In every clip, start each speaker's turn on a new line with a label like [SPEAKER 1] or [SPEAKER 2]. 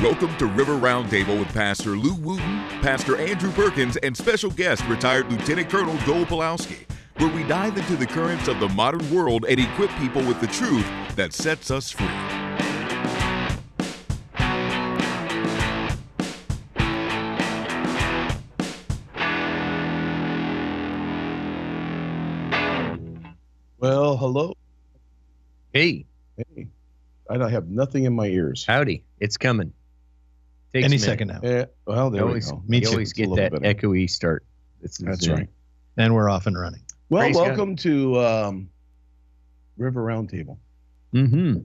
[SPEAKER 1] Welcome to River Roundtable with Pastor Lou Wooten, Pastor Andrew Perkins, and special guest, retired Lieutenant Colonel Joel Pulowski, where we dive into the currents of the modern world and equip people with the truth that sets us free.
[SPEAKER 2] Well, hello.
[SPEAKER 3] Hey,
[SPEAKER 2] Hey, I don't have nothing in my ears.
[SPEAKER 3] howdy. It's coming. Takes
[SPEAKER 4] any
[SPEAKER 3] a minute.
[SPEAKER 4] second now.
[SPEAKER 2] Eh, well,
[SPEAKER 3] You
[SPEAKER 2] there
[SPEAKER 3] always,
[SPEAKER 2] we go.
[SPEAKER 4] Me
[SPEAKER 3] you
[SPEAKER 4] too.
[SPEAKER 3] always
[SPEAKER 2] It's a
[SPEAKER 3] get
[SPEAKER 2] little
[SPEAKER 3] that
[SPEAKER 2] better.
[SPEAKER 3] echoey start. uh, It's,
[SPEAKER 2] That's
[SPEAKER 3] Zoom.
[SPEAKER 2] right.
[SPEAKER 4] And we're off and running.
[SPEAKER 2] Well,
[SPEAKER 3] Praise God.
[SPEAKER 2] welcome to um, River Roundtable,
[SPEAKER 3] Mm-hmm.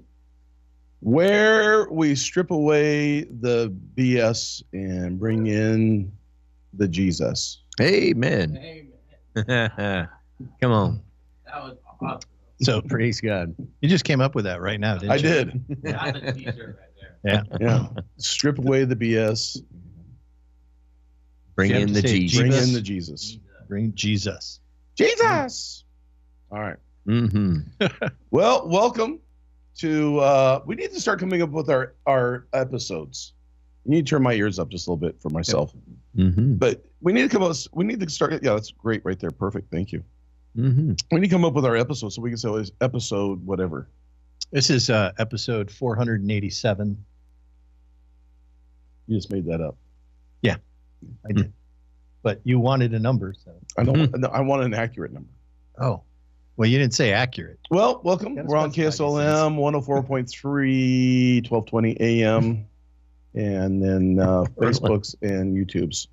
[SPEAKER 2] where we strip away the BS and bring in the Jesus.
[SPEAKER 3] Amen.
[SPEAKER 5] Amen.
[SPEAKER 3] Come on.
[SPEAKER 5] That was awesome.
[SPEAKER 4] So
[SPEAKER 3] Praise God.
[SPEAKER 4] you just came up with that right now, didn't
[SPEAKER 2] I
[SPEAKER 4] you?
[SPEAKER 2] did.
[SPEAKER 5] That's a t-shirt right there.
[SPEAKER 2] Yeah. strip away the BS.
[SPEAKER 3] Bring
[SPEAKER 4] You have
[SPEAKER 3] in the
[SPEAKER 4] to say
[SPEAKER 3] Jesus.
[SPEAKER 2] Bring
[SPEAKER 4] Jesus.
[SPEAKER 2] in the Jesus.
[SPEAKER 4] Bring Jesus.
[SPEAKER 2] Jesus. All right.
[SPEAKER 3] Mm-hmm.
[SPEAKER 2] Well, welcome to. Uh, we need to start coming up with our our episodes. You need to turn my ears up just a little bit for myself.
[SPEAKER 3] Mm-hmm.
[SPEAKER 2] But we need to come up. We need to start. Yeah, that's great right there. Perfect. Thank you.
[SPEAKER 3] Mm-hmm.
[SPEAKER 2] We need to come up with our episode so we can say it's episode whatever.
[SPEAKER 4] This is uh, episode 487.
[SPEAKER 2] You just made that up.
[SPEAKER 4] But you wanted a number, so
[SPEAKER 2] I don't. no, I want an accurate number.
[SPEAKER 4] oh, well, you didn't say accurate.
[SPEAKER 2] Well, welcome.
[SPEAKER 4] Gotta
[SPEAKER 2] We're on
[SPEAKER 4] specify these
[SPEAKER 2] KSLM 104.3, 1220 AM, and then uh, Facebook's and YouTube's.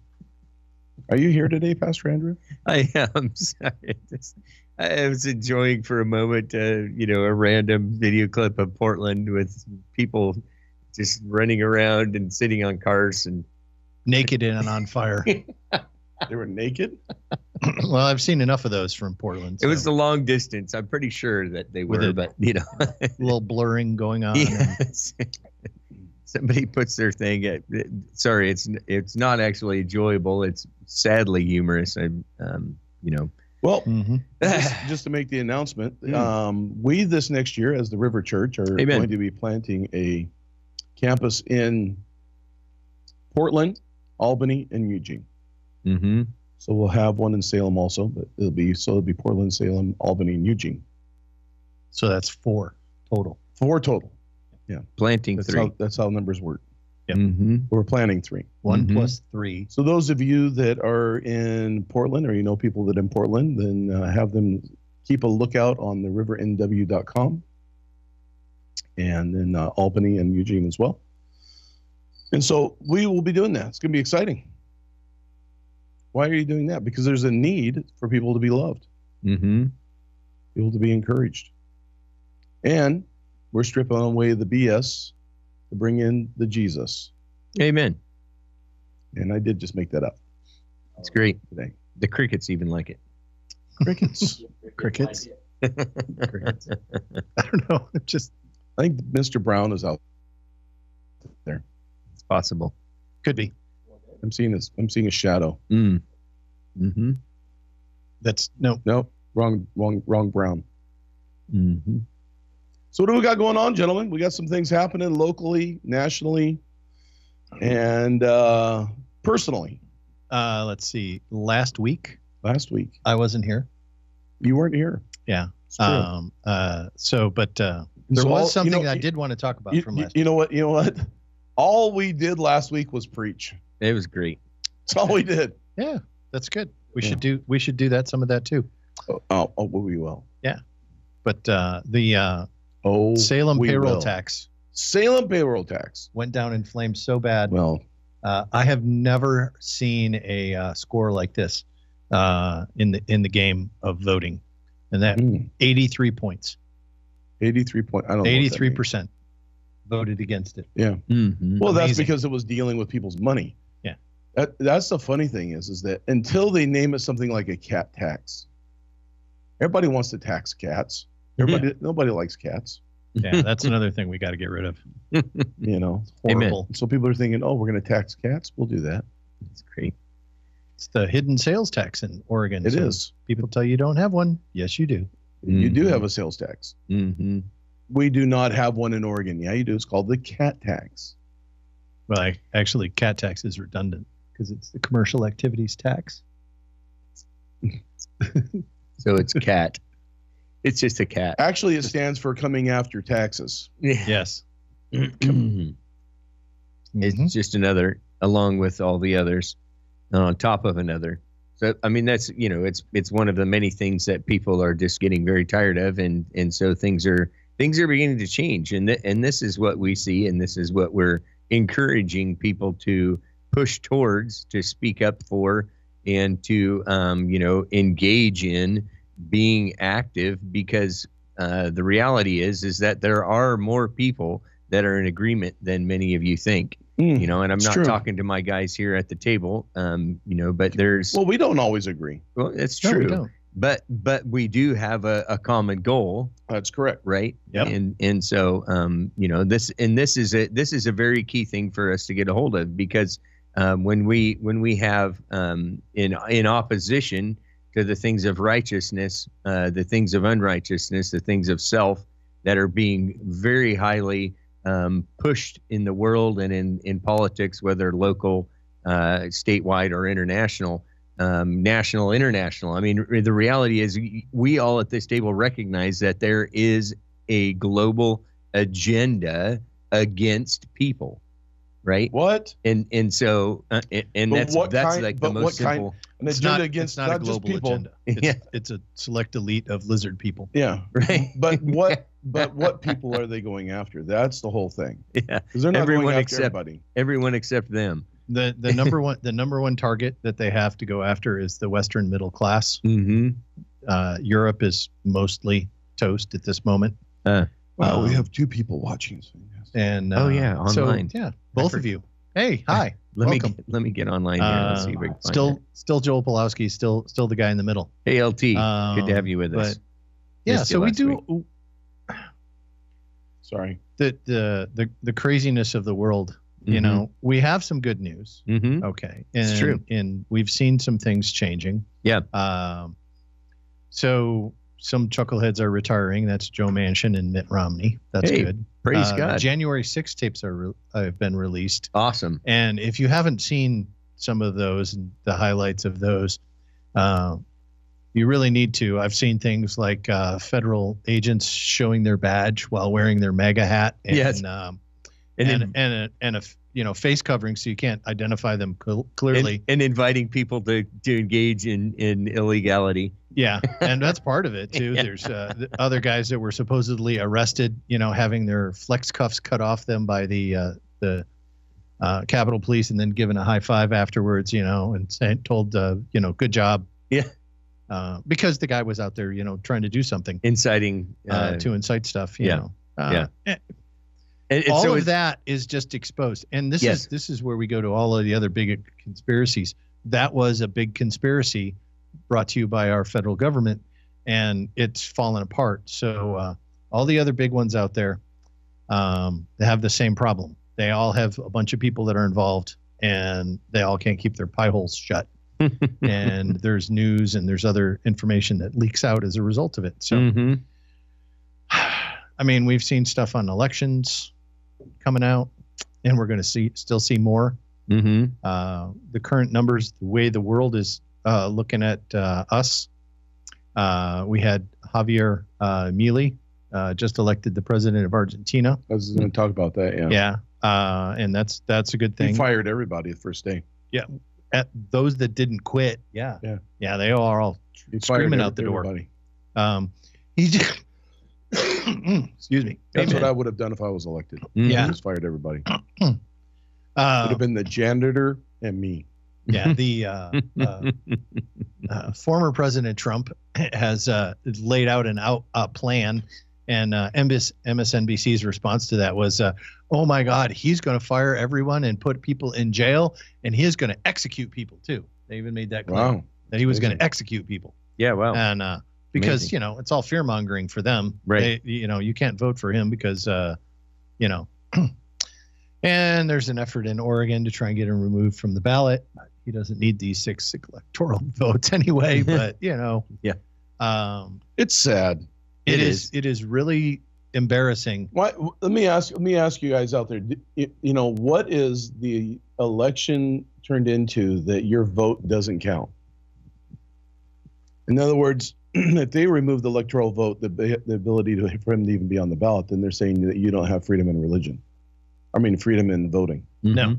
[SPEAKER 2] Are you here today, Pastor Andrew?
[SPEAKER 3] I am sorry. Just- I was enjoying for a moment, uh, you know, a random video clip of Portland with people just running around and sitting on cars and
[SPEAKER 4] Naked and on fire.
[SPEAKER 2] They were naked.
[SPEAKER 4] well, I've seen enough of those from Portland.
[SPEAKER 3] It was
[SPEAKER 4] so
[SPEAKER 3] the long distance. I'm pretty sure that they
[SPEAKER 4] With
[SPEAKER 3] were,
[SPEAKER 4] a-
[SPEAKER 3] but you know,
[SPEAKER 4] a little blurring going on. and-
[SPEAKER 3] yes. somebody puts their thing. At, sorry, it's it's not actually enjoyable. It's sadly humorous. I, um, you know,
[SPEAKER 2] Well,
[SPEAKER 4] Mhm.
[SPEAKER 2] just, just to make the announcement,
[SPEAKER 3] Mm.
[SPEAKER 2] um, we this next year, as the River Church, are
[SPEAKER 3] Amen.
[SPEAKER 2] going to be planting a campus in Portland, Albany, and Eugene.
[SPEAKER 3] mm-hmm.
[SPEAKER 2] So we'll have one in Salem also, but it'll be so it'll be Portland, Salem, Albany, and Eugene.
[SPEAKER 4] So that's four total.
[SPEAKER 2] Four total.
[SPEAKER 3] planting
[SPEAKER 2] That's
[SPEAKER 3] 3
[SPEAKER 2] how that's how numbers work.
[SPEAKER 4] Yep.
[SPEAKER 3] Mm-hmm.
[SPEAKER 2] We're planning three.
[SPEAKER 4] One
[SPEAKER 3] Mhm.
[SPEAKER 4] plus three.
[SPEAKER 2] So those of you that are in Portland, or you know people that are in Portland, then uh, have them keep a lookout on the rivernw.com, and then uh, Albany and Eugene as well. And so we will be doing that. It's going to be exciting. Why are you doing that? Because there's a need for people to be loved,
[SPEAKER 3] Mm-hmm.
[SPEAKER 2] people to be encouraged, and we're stripping away the BS to bring in the Jesus.
[SPEAKER 3] Amen.
[SPEAKER 2] And I did just make that up
[SPEAKER 3] It's great.
[SPEAKER 2] today.
[SPEAKER 3] The crickets even like it.
[SPEAKER 2] Crickets.
[SPEAKER 4] Crickets. Crickets. I don't know. Just
[SPEAKER 2] I think Mr. Brown is out there.
[SPEAKER 3] It's possible.
[SPEAKER 4] could be.
[SPEAKER 2] I'm seeing his. I'm seeing a shadow.
[SPEAKER 3] Mm. Mm-hmm.
[SPEAKER 4] That's no.
[SPEAKER 2] No, wrong, wrong, wrong. Brown.
[SPEAKER 3] Mm-hmm.
[SPEAKER 2] So what do we got going on, gentlemen? We got some things happening locally, nationally, and uh, personally.
[SPEAKER 4] Uh, let's see. Last week,
[SPEAKER 2] Last week
[SPEAKER 4] I wasn't here.
[SPEAKER 2] you weren't here.
[SPEAKER 4] Yeah.
[SPEAKER 2] It's true.
[SPEAKER 4] Um, uh, so, but uh,
[SPEAKER 2] And
[SPEAKER 4] there
[SPEAKER 2] so all- you
[SPEAKER 4] was something
[SPEAKER 2] know,
[SPEAKER 4] I did want to talk about
[SPEAKER 2] You,
[SPEAKER 4] from
[SPEAKER 2] you-
[SPEAKER 4] last.
[SPEAKER 2] you know what? You know what? All we did last week was preach.
[SPEAKER 3] It was great.
[SPEAKER 2] That's all we did.
[SPEAKER 4] yeah, that's good. We
[SPEAKER 2] Yeah.
[SPEAKER 4] should do we should do that some of that too.
[SPEAKER 2] Oh, oh, oh we will.
[SPEAKER 4] But uh, the uh,
[SPEAKER 2] Oh,
[SPEAKER 4] Salem
[SPEAKER 2] we
[SPEAKER 4] payroll
[SPEAKER 2] will.
[SPEAKER 4] tax
[SPEAKER 2] Salem payroll tax.
[SPEAKER 4] went down in flames so bad.
[SPEAKER 2] Well,
[SPEAKER 4] Uh, I have never seen a uh, score like this uh, in the in the game of voting, and that
[SPEAKER 2] mm,
[SPEAKER 4] 83 points,
[SPEAKER 2] 83 point. I don't. know what that means.
[SPEAKER 4] 83 percent voted against it.
[SPEAKER 3] Mm-hmm.
[SPEAKER 2] Well, that's
[SPEAKER 4] Amazing.
[SPEAKER 2] because it was dealing with people's money.
[SPEAKER 4] Yeah.
[SPEAKER 2] That, that's the funny thing is, is that until they name it something like a cat tax, everybody wants to tax cats. Everybody,
[SPEAKER 4] Hmm.
[SPEAKER 2] nobody likes cats.
[SPEAKER 4] Yeah, that's another thing we got to get rid of.
[SPEAKER 2] You know,
[SPEAKER 3] Amen.
[SPEAKER 4] Horrible.
[SPEAKER 2] so people are thinking, oh, we're going to tax cats. We'll do that.
[SPEAKER 3] It's great.
[SPEAKER 4] It's the hidden sales tax in Oregon.
[SPEAKER 2] It is.
[SPEAKER 4] so People tell you you don't have one. Yes, you do.
[SPEAKER 2] You
[SPEAKER 4] hmm.
[SPEAKER 2] do have a sales tax.
[SPEAKER 3] Mm-hmm.
[SPEAKER 2] We do not have one in Oregon. Yeah, you do. It's called the cat tax.
[SPEAKER 4] Well, I, actually, cat tax is redundant because it's the commercial activities tax.
[SPEAKER 3] So it's cat. It's just a cat.
[SPEAKER 2] Actually, it stands for coming after taxes.
[SPEAKER 3] Yeah.
[SPEAKER 4] Yes. Mhm. Mm-hmm.
[SPEAKER 3] It's just another, along with all the others, and on top of another. So I mean, that's you know, it's it's one of the many things that people are just getting very tired of, and and so things are things are beginning to change, and th- and this is what we see, and this is what we're encouraging people to push towards, to speak up for, and to um, you know engage in being active because uh, the reality is is that there are more people that are in agreement than many of you think
[SPEAKER 4] Hmm.
[SPEAKER 2] Mm.
[SPEAKER 3] you know and i'm
[SPEAKER 2] It's
[SPEAKER 3] not
[SPEAKER 2] true.
[SPEAKER 3] talking to my guys here at the table um you know but there's
[SPEAKER 2] Well, we don't always agree.
[SPEAKER 3] well it's
[SPEAKER 4] No, we
[SPEAKER 3] true
[SPEAKER 4] don't.
[SPEAKER 3] but but we do have a, a common goal
[SPEAKER 2] That's correct.
[SPEAKER 3] right
[SPEAKER 4] Yep.
[SPEAKER 3] and and so um you know this and this is a this is a very key thing for us to get a hold of because um, when we when we have um in in opposition to the things of righteousness uh the things of unrighteousness the things of self that are being very highly um, pushed in the world and in in politics whether local uh statewide or international um, national, international. I mean, r- the reality is we- we all at this table recognize that there is a global agenda against people, right?
[SPEAKER 2] What?
[SPEAKER 3] And and so uh, and, and
[SPEAKER 2] But
[SPEAKER 3] that's
[SPEAKER 2] what
[SPEAKER 3] that's
[SPEAKER 2] kind-
[SPEAKER 3] like the
[SPEAKER 2] but
[SPEAKER 3] most
[SPEAKER 2] what kind-
[SPEAKER 3] simple.
[SPEAKER 2] An
[SPEAKER 4] It's
[SPEAKER 2] agenda
[SPEAKER 4] not,
[SPEAKER 2] against
[SPEAKER 4] it's not, a global
[SPEAKER 2] just people.
[SPEAKER 4] agenda. It's,
[SPEAKER 3] Yeah.
[SPEAKER 4] it's a select elite of lizard people.
[SPEAKER 2] Yeah.
[SPEAKER 3] Right.
[SPEAKER 2] But what? but what people are they going after? That's the whole thing.
[SPEAKER 3] yeah.
[SPEAKER 2] Because they're not
[SPEAKER 3] Everyone
[SPEAKER 2] going after
[SPEAKER 3] except-
[SPEAKER 2] everybody.
[SPEAKER 3] Everyone except them.
[SPEAKER 4] The the number one the number one target that they have to go after is the Western middle class.
[SPEAKER 3] Mm-hmm.
[SPEAKER 4] Uh, Europe is mostly toast at this moment,
[SPEAKER 2] Wow, Oh, we
[SPEAKER 4] Um,
[SPEAKER 2] have two people watching. So yes.
[SPEAKER 4] and uh,
[SPEAKER 3] Uh, Oh, yeah,
[SPEAKER 4] so,
[SPEAKER 3] online.
[SPEAKER 4] yeah, both of
[SPEAKER 3] forgot.
[SPEAKER 4] you. Hey, hi.
[SPEAKER 3] Let
[SPEAKER 4] Welcome.
[SPEAKER 3] me get, let me get online here. Let's see if we
[SPEAKER 4] Uh,
[SPEAKER 3] can find
[SPEAKER 4] still
[SPEAKER 3] it.
[SPEAKER 4] still Joel Pulowski, still still the guy in the middle.
[SPEAKER 3] Hey, LT, good
[SPEAKER 4] Um,
[SPEAKER 3] to have you with us.
[SPEAKER 4] but- Yeah,
[SPEAKER 3] Missed you
[SPEAKER 4] so we
[SPEAKER 3] last
[SPEAKER 4] do
[SPEAKER 3] week.
[SPEAKER 2] Sorry.
[SPEAKER 4] the, the the the craziness of the world. You
[SPEAKER 3] Mhm.
[SPEAKER 4] know, we have some good news.
[SPEAKER 3] Mhm.
[SPEAKER 4] Okay. And,
[SPEAKER 3] It's true.
[SPEAKER 4] And we've seen some things changing.
[SPEAKER 3] Yeah.
[SPEAKER 4] Um, so some chuckleheads are retiring. That's Joe Manchin and Mitt Romney. That's
[SPEAKER 3] Hey,
[SPEAKER 4] good.
[SPEAKER 3] Praise
[SPEAKER 4] Uh,
[SPEAKER 3] God.
[SPEAKER 4] January 6 tapes are re- have been released.
[SPEAKER 3] awesome.
[SPEAKER 4] And if you haven't seen some of those and the highlights of those, uh, you really need to. I've seen things like uh, federal agents showing their badge while wearing their mega hat and
[SPEAKER 3] Yes.
[SPEAKER 4] um,
[SPEAKER 3] And,
[SPEAKER 4] and
[SPEAKER 3] then
[SPEAKER 4] and a, and, a, you know face covering so you can't identify them cl- clearly.
[SPEAKER 3] and, and inviting people to, to engage in, in illegality.
[SPEAKER 4] Yeah, and that's part of it too.
[SPEAKER 3] Yeah.
[SPEAKER 4] There's uh, th- other guys that were supposedly arrested, you know, having their flex cuffs cut off them by the uh, the uh, Capitol Police, and then given a high five afterwards, you know, and, and told, uh, you know, good job.
[SPEAKER 3] Yeah.
[SPEAKER 4] Uh, because the guy was out there, you know, trying to do something
[SPEAKER 3] inciting
[SPEAKER 4] uh, to incite stuff. You
[SPEAKER 3] yeah,
[SPEAKER 4] Know. Uh,
[SPEAKER 3] yeah.
[SPEAKER 4] and
[SPEAKER 3] and, and
[SPEAKER 4] all
[SPEAKER 3] so
[SPEAKER 4] of
[SPEAKER 3] it's-
[SPEAKER 4] that is just exposed, and this
[SPEAKER 3] Yes.
[SPEAKER 4] is this is where we go to all of the other big conspiracies. That was a big conspiracy brought to you by our federal government, and it's fallen apart. So uh, all the other big ones out there, um, they have the same problem. They all have a bunch of people that are involved, and they all can't keep their pie holes shut. and there's news, and there's other information that leaks out as a result of it. So.
[SPEAKER 3] Mhm.
[SPEAKER 4] I mean, we've seen stuff on elections coming out, and we're going to see still see more.
[SPEAKER 2] Mm-hmm.
[SPEAKER 3] Mhm.
[SPEAKER 4] Uh, the current numbers, the way the world is uh, looking at uh, us, uh, we had Javier uh, Milei uh, just elected the president of Argentina.
[SPEAKER 2] I was going to talk about that. Yeah.
[SPEAKER 4] Yeah, uh, and that's that's a good
[SPEAKER 2] He
[SPEAKER 4] thing.
[SPEAKER 2] fired everybody the first day.
[SPEAKER 4] At those that didn't quit, yeah,
[SPEAKER 2] Yeah.
[SPEAKER 4] yeah, they are all
[SPEAKER 2] He
[SPEAKER 4] Screaming
[SPEAKER 2] fired
[SPEAKER 4] out the door.
[SPEAKER 2] everybody.
[SPEAKER 4] Um, he just, excuse me.
[SPEAKER 2] That's
[SPEAKER 4] Amen.
[SPEAKER 2] what I would have done if I was elected.
[SPEAKER 3] Mhm.
[SPEAKER 4] Yeah.
[SPEAKER 2] I just fired everybody. It would
[SPEAKER 4] Uh,
[SPEAKER 2] have been the janitor and me.
[SPEAKER 4] yeah, the uh, uh, uh, former President Trump has uh, laid out an out uh, plan, and uh, MS, MSNBC's response to that was, uh, "Oh my God, he's going to fire everyone and put people in jail, and he is going to execute people too." They even made that claim
[SPEAKER 2] Wow.
[SPEAKER 4] that he was going to
[SPEAKER 2] amazing.
[SPEAKER 4] execute people,
[SPEAKER 3] yeah. Wow.
[SPEAKER 4] and uh, because
[SPEAKER 3] Oh, Amazing.
[SPEAKER 4] you know it's all fear mongering for them.
[SPEAKER 3] Right.
[SPEAKER 4] They, you know you can't vote for him because uh, you know. And there's an effort in Oregon to try and get him removed from the ballot he doesn't need these six electoral votes anyway. But you know,
[SPEAKER 3] Yeah.
[SPEAKER 4] um,
[SPEAKER 2] It's sad.
[SPEAKER 3] It
[SPEAKER 4] it
[SPEAKER 3] is.
[SPEAKER 4] is. It is really. embarrassing.
[SPEAKER 2] Why, let me ask. Let me ask you guys out there. d- You you know, what is the election turned into that your vote doesn't count? In other words, if they remove the electoral vote, the, the ability to, for him to even be on the ballot, then they're saying that you don't have freedom in religion. I mean, freedom in voting.
[SPEAKER 3] Mm-hmm.
[SPEAKER 4] No.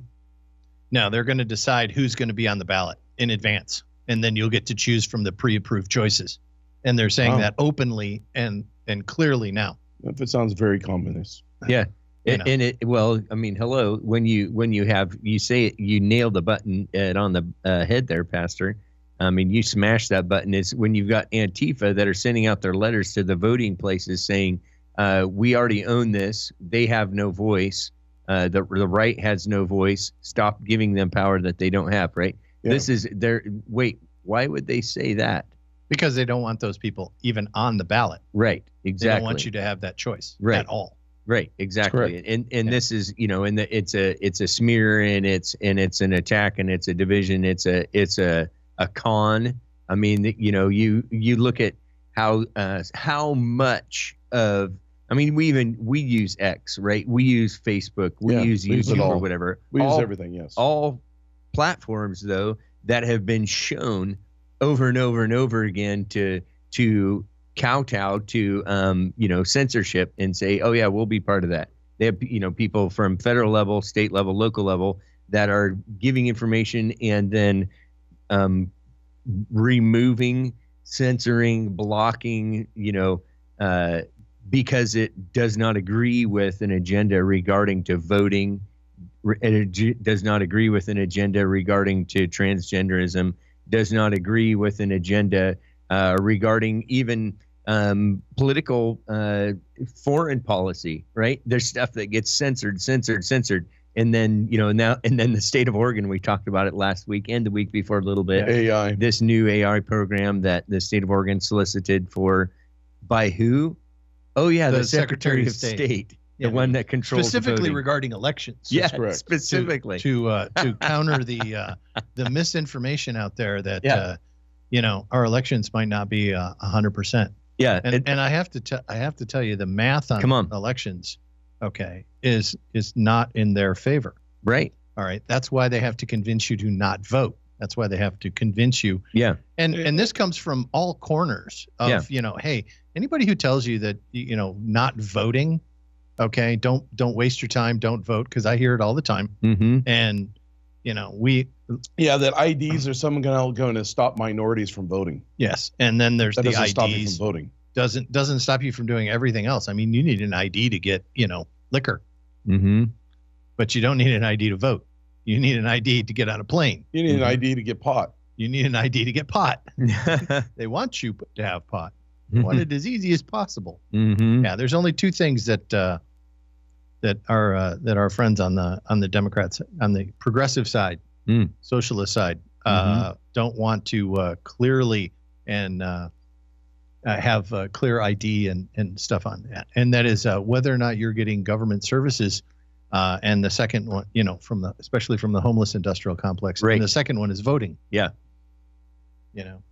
[SPEAKER 4] No, they're going to decide who's going to be on the ballot in advance, and then you'll get to choose from the pre-approved choices. And they're saying
[SPEAKER 2] Wow.
[SPEAKER 4] that openly and and clearly now.
[SPEAKER 2] If it sounds very communist.
[SPEAKER 4] you
[SPEAKER 3] And,
[SPEAKER 4] know.
[SPEAKER 3] and it well, I mean, hello. When you when you have you say it, you nail the button uh, on the uh, head there, Pastor. I mean, you smash that button. It's when you've got Antifa that are sending out their letters to the voting places saying, uh, "We already own this. They have no voice. Uh, the the right has no voice. Stop giving them power that they don't have." Right.
[SPEAKER 2] Yeah.
[SPEAKER 3] This is their wait. Why would they say that?
[SPEAKER 4] because they don't want those people even on the ballot.
[SPEAKER 3] Right.
[SPEAKER 4] They
[SPEAKER 3] Exactly.
[SPEAKER 4] don't want you to have that choice
[SPEAKER 3] Right.
[SPEAKER 4] at all.
[SPEAKER 3] Right, exactly.
[SPEAKER 2] correct.
[SPEAKER 3] And and
[SPEAKER 4] Yeah.
[SPEAKER 3] this is, you know, and the, it's a it's a smear and it's and it's an attack and it's a division, it's a it's a a con. I mean, you know, you you look at how uh how much of I mean, we even we use X, right? We use Facebook, we
[SPEAKER 2] Yeah,
[SPEAKER 3] use
[SPEAKER 2] we use it
[SPEAKER 3] YouTube or
[SPEAKER 2] all.
[SPEAKER 3] whatever.
[SPEAKER 2] We
[SPEAKER 3] all,
[SPEAKER 2] use everything. Yes.
[SPEAKER 3] all platforms though that have been shown over and over and over again to to kowtow to um, you know censorship and say oh yeah we'll be part of that they have you know people from federal level state level local level that are giving information and then um, removing censoring blocking you know uh, because it does not agree with an agenda regarding to voting re- an ag- does not agree with an agenda regarding to transgenderism, does not agree with an agenda uh, regarding even um, political uh, foreign policy. Right? There's stuff that gets censored, censored, censored, and then you know now and then the state of Oregon. We talked about it last week and the week before a little bit.
[SPEAKER 2] AI.
[SPEAKER 3] This new AI program that the state of Oregon solicited for by who? Oh yeah, the,
[SPEAKER 4] The
[SPEAKER 3] Secretary,
[SPEAKER 4] Secretary of
[SPEAKER 3] of State,
[SPEAKER 4] State.
[SPEAKER 3] the
[SPEAKER 4] Yeah.
[SPEAKER 3] one that controls the
[SPEAKER 4] Specifically
[SPEAKER 3] voting.
[SPEAKER 4] regarding elections.
[SPEAKER 3] yeah,
[SPEAKER 2] correct.
[SPEAKER 3] specifically.
[SPEAKER 4] to to, uh, to counter the uh, the misinformation out there that
[SPEAKER 3] Yeah.
[SPEAKER 4] uh, you know our elections might not be uh, a hundred percent.
[SPEAKER 3] yeah,
[SPEAKER 4] And
[SPEAKER 3] it-
[SPEAKER 4] and I have to te- I have to tell you the math on,
[SPEAKER 3] Come on.
[SPEAKER 4] elections, okay, is is not in their favor.
[SPEAKER 3] right.
[SPEAKER 4] All right, that's why they have to convince you to not vote. That's why they have to convince you.
[SPEAKER 3] Yeah.
[SPEAKER 4] And and this comes from all corners of
[SPEAKER 3] Yeah.
[SPEAKER 4] you know, hey, anybody who tells you that y- you know not voting, okay, don't don't waste your time, don't vote, because I hear it all the time.
[SPEAKER 3] Mm-hmm.
[SPEAKER 4] And you know, we
[SPEAKER 2] Yeah, that IDs are someone going to going to stop minorities from voting.
[SPEAKER 4] yes, and then there's
[SPEAKER 2] That
[SPEAKER 4] the
[SPEAKER 2] doesn't stop you
[SPEAKER 4] IDs
[SPEAKER 2] from voting.
[SPEAKER 4] doesn't doesn't stop you from doing everything else. I mean, you need an ID to get you know liquor.
[SPEAKER 3] Mm-hmm.
[SPEAKER 4] but you don't need an ID to vote. You need an ID to get on a plane.
[SPEAKER 2] You need an
[SPEAKER 3] Mhm.
[SPEAKER 2] ID to get pot.
[SPEAKER 4] You need an ID to get pot.
[SPEAKER 3] mm-hmm.
[SPEAKER 4] They want you to have pot. They want
[SPEAKER 2] Mm-hmm.
[SPEAKER 4] it as easy as possible.
[SPEAKER 3] Mm-hmm.
[SPEAKER 4] Yeah, there's only two things that uh, that our uh, that our friends on the on the Democrats on the progressive side,
[SPEAKER 3] Mm. Mm-hmm.
[SPEAKER 4] socialist side, uh, don't want to uh, clearly and uh, uh, have uh, clear ID and and stuff on that. And that is uh, whether or not you're getting government services. Uh, and the second one, you know, from the especially from the homeless industrial complex.
[SPEAKER 3] Right.
[SPEAKER 4] And the second one is voting.
[SPEAKER 3] Yeah.
[SPEAKER 4] You know,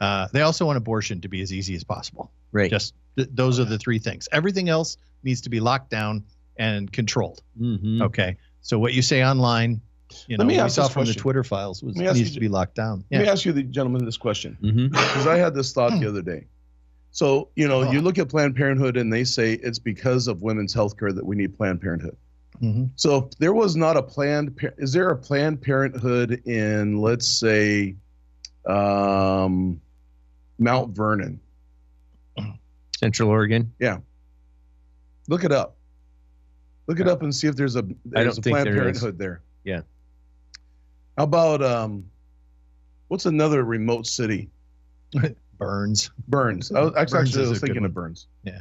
[SPEAKER 4] uh, they also want abortion to be as easy as possible.
[SPEAKER 3] Right.
[SPEAKER 4] Just th- those are the three things. Everything else needs to be locked down and controlled.
[SPEAKER 3] mm-hmm.
[SPEAKER 4] Okay. So what you say online, you
[SPEAKER 2] Hmm. Let
[SPEAKER 4] know,
[SPEAKER 2] me
[SPEAKER 4] we
[SPEAKER 2] ask
[SPEAKER 4] saw
[SPEAKER 2] this
[SPEAKER 4] from the
[SPEAKER 2] question.
[SPEAKER 4] Twitter files was
[SPEAKER 2] Let me ask
[SPEAKER 4] needs
[SPEAKER 2] you-
[SPEAKER 4] to be locked down.
[SPEAKER 2] Let me
[SPEAKER 4] Yeah.
[SPEAKER 2] ask you, the gentleman, this question.
[SPEAKER 3] Mm-hmm.
[SPEAKER 2] because I had this thought
[SPEAKER 3] Hmm.
[SPEAKER 2] the other day. So, you know, you
[SPEAKER 4] Oh.
[SPEAKER 2] look at Planned Parenthood and they say it's because of women's health care that we need Planned Parenthood.
[SPEAKER 4] Mhm.
[SPEAKER 2] So, if there was not a planned, par- is there a Planned Parenthood in, let's say, um, Mount Vernon?
[SPEAKER 3] Central Oregon.
[SPEAKER 2] Look it up. Look it up and see if there's a there's
[SPEAKER 3] don't
[SPEAKER 2] a
[SPEAKER 3] think
[SPEAKER 2] Planned
[SPEAKER 3] there is.
[SPEAKER 2] Parenthood there.
[SPEAKER 3] Yeah.
[SPEAKER 2] How about um, what's another remote city?
[SPEAKER 4] Burns.
[SPEAKER 2] Burns. I was, actually,
[SPEAKER 4] Burns
[SPEAKER 2] actually, I was
[SPEAKER 4] is a good
[SPEAKER 2] thinking
[SPEAKER 4] one.
[SPEAKER 2] of Burns.
[SPEAKER 4] Yeah.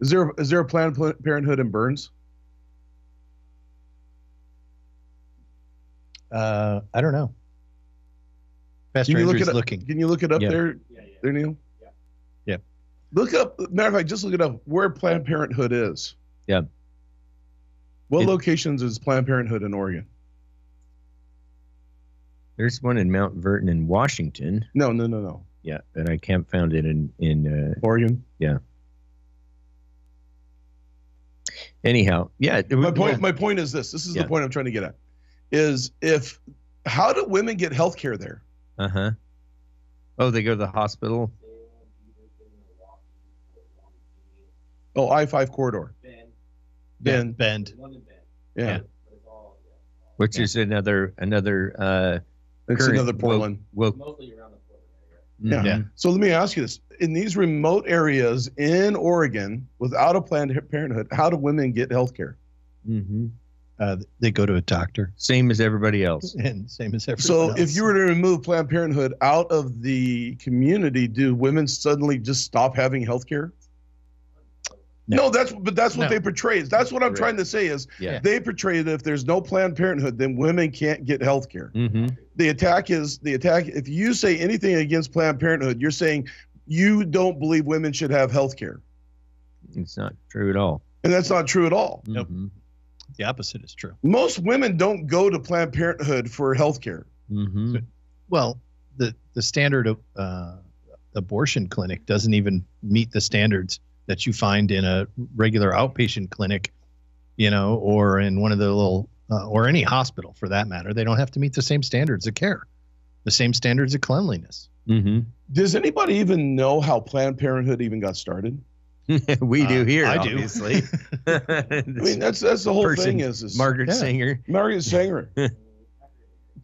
[SPEAKER 2] Is there is there a Planned Pl- Parenthood in Burns?
[SPEAKER 4] Uh, I don't know. Pastor
[SPEAKER 2] Can you look
[SPEAKER 4] Andrew's
[SPEAKER 2] it up?
[SPEAKER 4] looking.
[SPEAKER 2] Can you look it up
[SPEAKER 3] Yeah.
[SPEAKER 2] there,
[SPEAKER 5] Yeah, yeah.
[SPEAKER 2] there, Neil?
[SPEAKER 5] Yeah.
[SPEAKER 4] Yeah.
[SPEAKER 2] Look up. Matter of fact, just look it up. Where Planned Parenthood is.
[SPEAKER 3] Yeah.
[SPEAKER 2] What
[SPEAKER 3] It-
[SPEAKER 2] locations is Planned Parenthood in Oregon?
[SPEAKER 3] There's one in Mount Vernon in Washington.
[SPEAKER 2] No, no, no, no.
[SPEAKER 3] Yeah, but I can't found it in in. Uh,
[SPEAKER 2] Oregon.
[SPEAKER 3] Anyhow, yeah.
[SPEAKER 2] my point my point is this this is
[SPEAKER 3] Yeah.
[SPEAKER 2] the point i'm trying to get at is if how do women get health care there
[SPEAKER 3] Uh huh. Oh, they go to the hospital.
[SPEAKER 2] oh i5 corridor
[SPEAKER 4] Ben,
[SPEAKER 2] Ben.
[SPEAKER 4] bend.
[SPEAKER 2] yeah,
[SPEAKER 4] Yeah.
[SPEAKER 3] which is another another uh
[SPEAKER 2] it's
[SPEAKER 3] Current
[SPEAKER 2] another
[SPEAKER 3] woke-
[SPEAKER 2] portland
[SPEAKER 3] woke
[SPEAKER 5] Mostly around the Portland area.
[SPEAKER 2] Yeah.
[SPEAKER 4] Yeah.
[SPEAKER 2] so let me ask you this in these remote areas in oregon without a planned parenthood how do women get health care
[SPEAKER 3] hmm
[SPEAKER 4] Uh, they go to a doctor,
[SPEAKER 3] same as everybody else
[SPEAKER 4] and same as everyone.
[SPEAKER 2] so
[SPEAKER 4] else.
[SPEAKER 2] if you were to remove planned parenthood out of the community do women suddenly just stop having health care
[SPEAKER 4] No.
[SPEAKER 2] no. that's but that's what
[SPEAKER 4] No.
[SPEAKER 2] they portray that's what i'm
[SPEAKER 3] Right.
[SPEAKER 2] trying to say is
[SPEAKER 3] Yeah.
[SPEAKER 2] they portray that if there's no planned parenthood then women can't get health care
[SPEAKER 3] hmm
[SPEAKER 2] the attack is the attack if you say anything against planned parenthood you're saying you don't believe women should have health care
[SPEAKER 3] it's not true at all
[SPEAKER 2] and that's not true at all
[SPEAKER 4] Nope.
[SPEAKER 3] hmm
[SPEAKER 4] the opposite is true.
[SPEAKER 2] most women don't go to planned parenthood for health care
[SPEAKER 3] hmm
[SPEAKER 4] Well, the the standard of uh, abortion clinic doesn't even meet the standards that you find in a regular outpatient clinic, you know, or in one of the little uh, or any hospital for that matter. They don't have to meet the same standards of care, the same standards of cleanliness.
[SPEAKER 3] hmm
[SPEAKER 2] does anybody even know how planned parenthood even got started
[SPEAKER 3] Mm-hmm. we do
[SPEAKER 4] Uh,
[SPEAKER 3] here
[SPEAKER 4] I do.
[SPEAKER 3] obviously
[SPEAKER 2] i mean that's that's the whole
[SPEAKER 3] Person-
[SPEAKER 2] thing is, is
[SPEAKER 3] margaret
[SPEAKER 4] Yeah.
[SPEAKER 3] singer
[SPEAKER 2] Marion Sanger.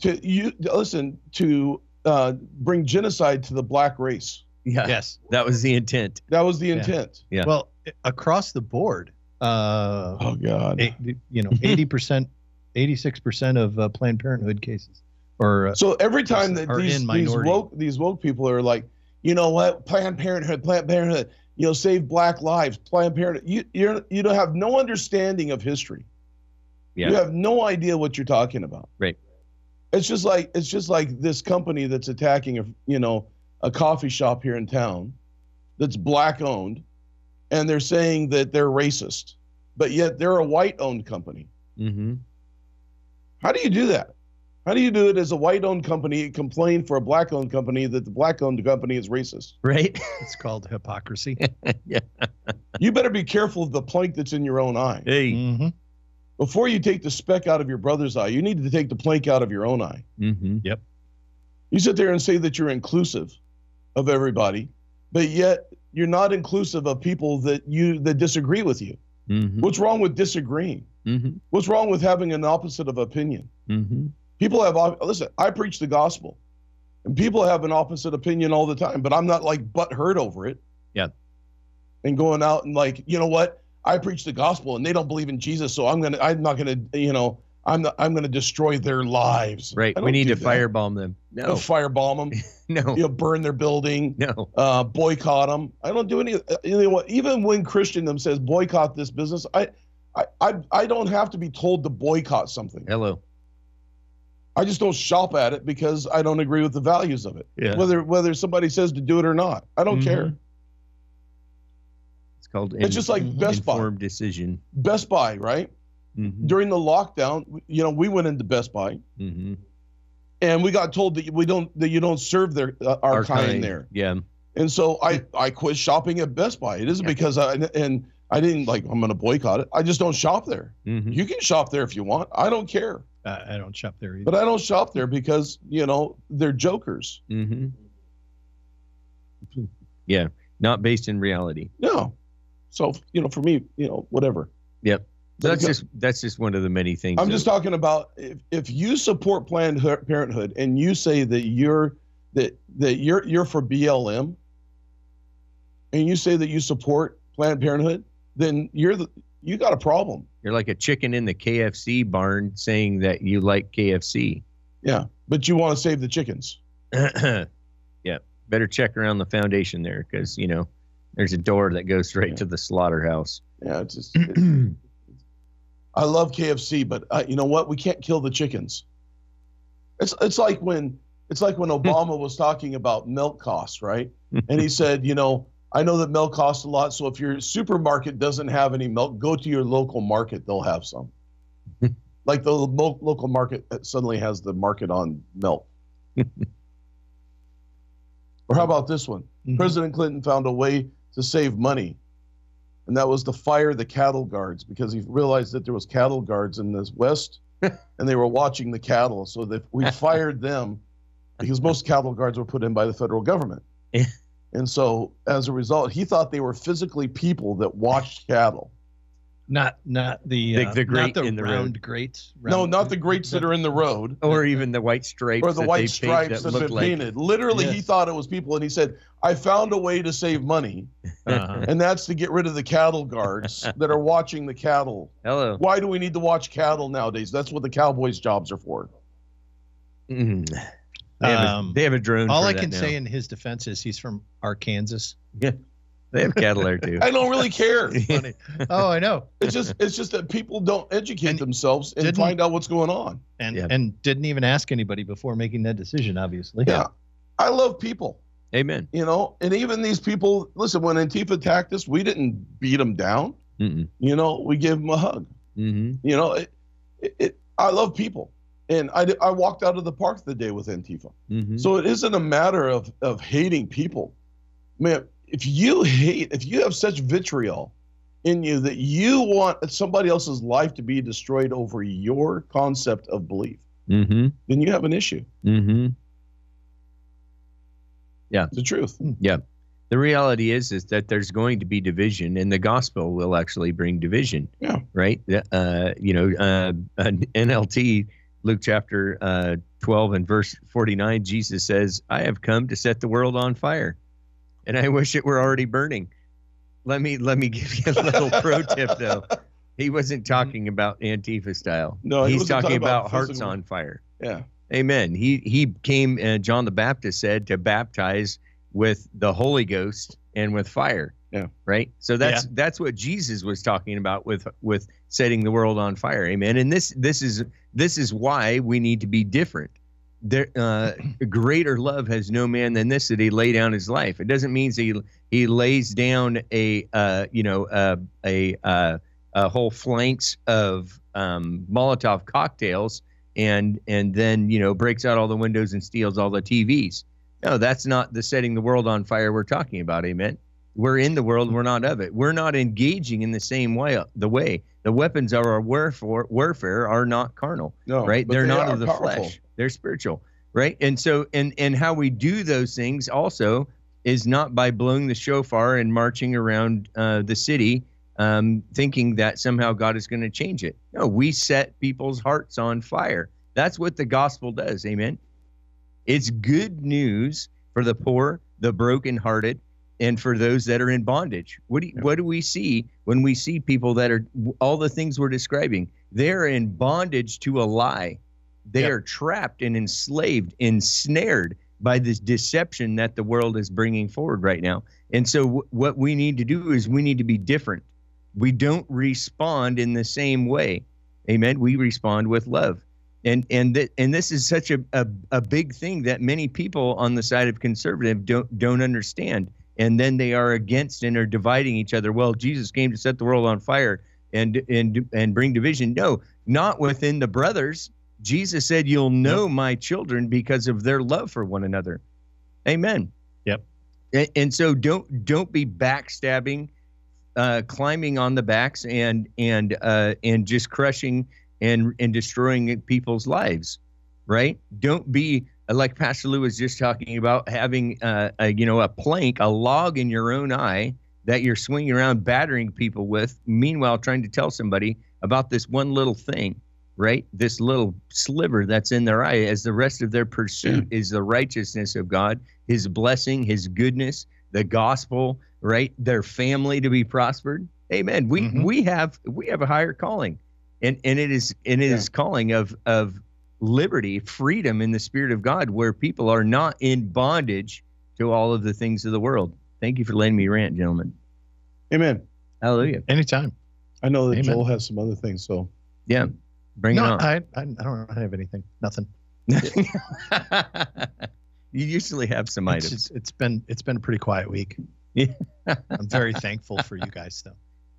[SPEAKER 2] to you listen to uh, bring genocide to the black race.
[SPEAKER 3] yeah
[SPEAKER 4] Yes.
[SPEAKER 3] that was the intent
[SPEAKER 2] That was the
[SPEAKER 4] Yeah.
[SPEAKER 2] intent.
[SPEAKER 3] Yeah.
[SPEAKER 4] Well, i- across the board, uh,
[SPEAKER 2] Oh God.
[SPEAKER 4] eight, you know, eighty percent, eighty-six percent of uh, Planned Parenthood cases, or uh,
[SPEAKER 2] So every time that
[SPEAKER 4] Are in
[SPEAKER 2] these, these
[SPEAKER 4] minority.
[SPEAKER 2] woke these woke people are like, you know what, Planned Parenthood, Planned Parenthood, you know, save black lives, Planned Parenthood. You you're, you don't have no understanding of history.
[SPEAKER 3] Yeah.
[SPEAKER 2] You have no idea what you're talking about.
[SPEAKER 3] Right.
[SPEAKER 2] It's just like it's just like this company that's attacking a you know a coffee shop here in town, that's black owned, and they're saying that they're racist, but yet they're a white owned company.
[SPEAKER 3] hmm
[SPEAKER 2] How do you do that? How do you do it as a white owned company complain for a black owned company that the black owned company is racist?
[SPEAKER 3] right
[SPEAKER 4] it's called hypocrisy.
[SPEAKER 2] You better be careful of the plank that's in your own eye.
[SPEAKER 3] hey
[SPEAKER 4] hmm
[SPEAKER 2] Before you take the speck out of your brother's eye, you need to take the plank out of your own eye.
[SPEAKER 3] hmm
[SPEAKER 2] You sit there and say that you're inclusive of everybody, but yet you're not inclusive of people that you that disagree with you.
[SPEAKER 3] hmm
[SPEAKER 2] What's wrong with disagreeing?
[SPEAKER 3] hmm
[SPEAKER 2] What's wrong with having an opposite of opinion?
[SPEAKER 3] hmm
[SPEAKER 2] People have op- listen. I preach the gospel, and people have an opposite opinion all the time. But I'm not like butthurt over it.
[SPEAKER 3] Yeah.
[SPEAKER 2] And going out and like, you know what? I preach the gospel, and they don't believe in Jesus, so I'm gonna. I'm not gonna. You know, I'm not. I'm gonna destroy their lives.
[SPEAKER 3] right
[SPEAKER 2] I
[SPEAKER 3] we
[SPEAKER 2] don't
[SPEAKER 3] need
[SPEAKER 2] do
[SPEAKER 3] to
[SPEAKER 2] that.
[SPEAKER 3] firebomb them
[SPEAKER 2] You know,
[SPEAKER 3] no
[SPEAKER 2] firebomb them.
[SPEAKER 3] no
[SPEAKER 2] You know, burn their building.
[SPEAKER 3] no
[SPEAKER 2] Uh, boycott them. I don't do any. uh, You know what? Even when Christendom says boycott this business, I, I, I, I don't have to be told to boycott something.
[SPEAKER 3] hello
[SPEAKER 2] I just don't shop at it because I don't agree with the values of it.
[SPEAKER 3] yeah
[SPEAKER 2] Whether whether somebody says to do it or not, I don't
[SPEAKER 3] Mhm.
[SPEAKER 2] care.
[SPEAKER 3] it's called
[SPEAKER 2] It's just like
[SPEAKER 4] Mhm.
[SPEAKER 2] Best Buy.
[SPEAKER 3] informed decision
[SPEAKER 2] Best Buy, right?
[SPEAKER 3] hmm
[SPEAKER 2] During the lockdown, w- you know, we went into Best Buy
[SPEAKER 3] hmm
[SPEAKER 2] and we got told that we don't that you don't serve their uh, our, kind, there.
[SPEAKER 3] yeah
[SPEAKER 2] And so I I quit shopping at Best Buy. It isn't
[SPEAKER 3] Yeah.
[SPEAKER 2] because I and I didn't like I'm going to boycott it. I just don't shop there.
[SPEAKER 3] hmm
[SPEAKER 2] You can shop there if you want. I don't care.
[SPEAKER 4] I, I don't shop there either.
[SPEAKER 2] But I don't shop there because, you know, they're jokers.
[SPEAKER 3] hmm Yeah, not based in reality.
[SPEAKER 2] No. So, you know, for me, you know, whatever.
[SPEAKER 3] That's just that's just one of the many things.
[SPEAKER 2] I'm just
[SPEAKER 3] that-
[SPEAKER 2] talking about if, if you support Planned Hu- Parenthood and you say that you're that that you're you're for BLM, and you say that you support Planned Parenthood, then you're the you got a problem.
[SPEAKER 3] you're like a chicken in the KFC barn saying that you like KFC.
[SPEAKER 2] Yeah, but you want to save the chickens.
[SPEAKER 3] yeah, better check around the foundation there because you know there's a door that goes straight
[SPEAKER 2] Yeah.
[SPEAKER 3] to the slaughterhouse.
[SPEAKER 2] Yeah, it's just. I love KFC, but uh, you know what? We can't kill the chickens. It's it's like when it's like when Obama was talking about milk costs, right? And he said, you know, I know that milk costs a lot, so if your supermarket doesn't have any milk, go to your local market; they'll have some. like the lo- local market suddenly has the market on milk. or how about this one?
[SPEAKER 4] Mhm. Mm-hmm.
[SPEAKER 3] Mm-hmm.
[SPEAKER 2] President Clinton found a way to save money and that was to fire the cattle guards because he realized that there was cattle guards in this west, and they were watching the cattle. So that we fired them because most cattle guards were put in by the federal government.
[SPEAKER 3] Yeah.
[SPEAKER 2] And so, as a result, he thought they were physically people that watched cattle.
[SPEAKER 4] Not not the
[SPEAKER 3] The-
[SPEAKER 4] uh,
[SPEAKER 3] the grate
[SPEAKER 4] not the
[SPEAKER 3] in the road.
[SPEAKER 4] round grates.
[SPEAKER 2] No,
[SPEAKER 4] round-
[SPEAKER 2] not the grates that are in the road.
[SPEAKER 3] or even the white stripes
[SPEAKER 2] or the
[SPEAKER 3] that
[SPEAKER 2] white
[SPEAKER 3] they paint
[SPEAKER 2] stripes that
[SPEAKER 3] look
[SPEAKER 2] have been
[SPEAKER 3] like-
[SPEAKER 2] painted. Literally, he
[SPEAKER 4] Yes.
[SPEAKER 2] thought it was people, and he said, "I found a way to save money,
[SPEAKER 4] Uh-huh.
[SPEAKER 2] and that's to get rid of the cattle guards that are watching the cattle.
[SPEAKER 3] hello
[SPEAKER 2] Why do we need to watch cattle nowadays? That's what the cowboys' jobs are for."
[SPEAKER 3] Mm. They, have a,
[SPEAKER 4] Um,
[SPEAKER 3] they have a drone
[SPEAKER 4] All
[SPEAKER 3] for
[SPEAKER 4] I
[SPEAKER 3] that
[SPEAKER 4] can
[SPEAKER 3] now.
[SPEAKER 4] say in his defense is he's from Arkansas.
[SPEAKER 3] they have cattle there too
[SPEAKER 2] I don't really care.
[SPEAKER 4] Funny. oh, I know.
[SPEAKER 2] It's just it's just that people don't educate
[SPEAKER 4] And
[SPEAKER 2] themselves and
[SPEAKER 4] didn't-
[SPEAKER 2] find out what's going on.
[SPEAKER 4] And
[SPEAKER 3] Yeah.
[SPEAKER 4] and didn't even ask anybody before making that decision. Obviously.
[SPEAKER 2] Yeah. I love people,
[SPEAKER 3] amen
[SPEAKER 2] you know, and even these people. Listen, when Antifa attacked us, we didn't beat them down.
[SPEAKER 3] Mm-mm.
[SPEAKER 2] You know, we gave them a hug.
[SPEAKER 3] hmm
[SPEAKER 2] You know, it, it, it, I love people. And I, I walked out of the park the day with Antifa.
[SPEAKER 3] hmm
[SPEAKER 2] So it isn't a matter of, of hating people. Man, if you hate, if you have such vitriol in you that you want somebody else's life to be destroyed over your concept of belief,
[SPEAKER 3] hmm
[SPEAKER 2] then you have an issue.
[SPEAKER 3] hmm
[SPEAKER 2] It's the truth. Hmm.
[SPEAKER 3] the reality is is that there's going to be division and the gospel will actually bring division
[SPEAKER 2] Yeah.
[SPEAKER 3] right uh you know uh an nlt luke chapter uh 12 and verse 49 jesus says i have come to set the world on fire and i wish it were already burning let me let me give you a little pro tip though he wasn't talking about antifa style
[SPEAKER 2] Mm-hmm. No, he
[SPEAKER 3] he's
[SPEAKER 2] wasn't
[SPEAKER 3] talking,
[SPEAKER 2] talking about
[SPEAKER 3] about hearts
[SPEAKER 2] physical-
[SPEAKER 3] on fire
[SPEAKER 2] Yeah.
[SPEAKER 3] Amen. He he came. Uh, John the Baptist said to baptize with the Holy Ghost and with fire.
[SPEAKER 2] Yeah.
[SPEAKER 3] Right. So that's that's what Jesus was talking about with with setting the world on fire. Amen. And this this is this is why we need to be different. There, uh, greater love has no man than this that he lay down his life. It doesn't mean he he lays down a uh, you know uh, a uh, a whole flanks of um, Molotov cocktails and and then you know breaks out all the windows and steals all the TVs. No, that's not the setting the world on fire we're talking about. Amen. We're in the world, we're not of it. We're not engaging in the same way. The way the weapons of our warfare, warfare are not carnal,
[SPEAKER 2] No,
[SPEAKER 3] right?
[SPEAKER 2] but
[SPEAKER 3] They're
[SPEAKER 2] they
[SPEAKER 3] not
[SPEAKER 2] are
[SPEAKER 3] of the
[SPEAKER 2] powerful.
[SPEAKER 3] flesh. They're spiritual, right? And so, and and how we do those things also is not by blowing the shofar and marching around uh, the city, um, thinking that somehow God is going to change it. No, we set people's hearts on fire. That's what the gospel does. Amen. It's good news for the poor, the brokenhearted, and for those that are in bondage. What do you, what do we see when we see people that are all the things we're describing? They're in bondage to a lie. They
[SPEAKER 4] Yep.
[SPEAKER 3] are trapped and enslaved, ensnared by this deception that the world is bringing forward right now. And so w- what we need to do is we need to be different. We don't respond in the same way. Amen. We respond with love and and th- and this is such a, a a big thing that many people on the side of conservative don't don't understand and then they are against and are dividing each other well jesus came to set the world on fire and and and bring division no not within the brothers jesus said you'll know my children because of their love for one another amen
[SPEAKER 4] Yep.
[SPEAKER 3] and, and so don't don't be backstabbing uh climbing on the backs and and uh and just crushing and and destroying people's lives right don't be like pastor lou was just talking about having uh, a you know a plank a log in your own eye that you're swinging around battering people with meanwhile trying to tell somebody about this one little thing right this little sliver that's in their eye as the rest of their pursuit is the righteousness of god his blessing his goodness the gospel right their family to be prospered amen we
[SPEAKER 4] Mhm.
[SPEAKER 3] we have we have a higher calling and and it is and it is
[SPEAKER 2] Yeah.
[SPEAKER 3] calling of of liberty freedom in the spirit of god where people are not in bondage to all of the things of the world thank you for letting me rant gentlemen
[SPEAKER 2] Amen.
[SPEAKER 3] hallelujah
[SPEAKER 4] Anytime.
[SPEAKER 2] I know that
[SPEAKER 4] Amen.
[SPEAKER 2] Joel has some other things, so
[SPEAKER 3] yeah bring
[SPEAKER 4] no,
[SPEAKER 3] it on
[SPEAKER 4] I, I I don't have anything. Nothing.
[SPEAKER 3] you usually have some
[SPEAKER 4] It's,
[SPEAKER 3] items
[SPEAKER 4] it's- it's been it's been a pretty quiet week.
[SPEAKER 3] Yeah.
[SPEAKER 4] I'm very thankful for you guys though.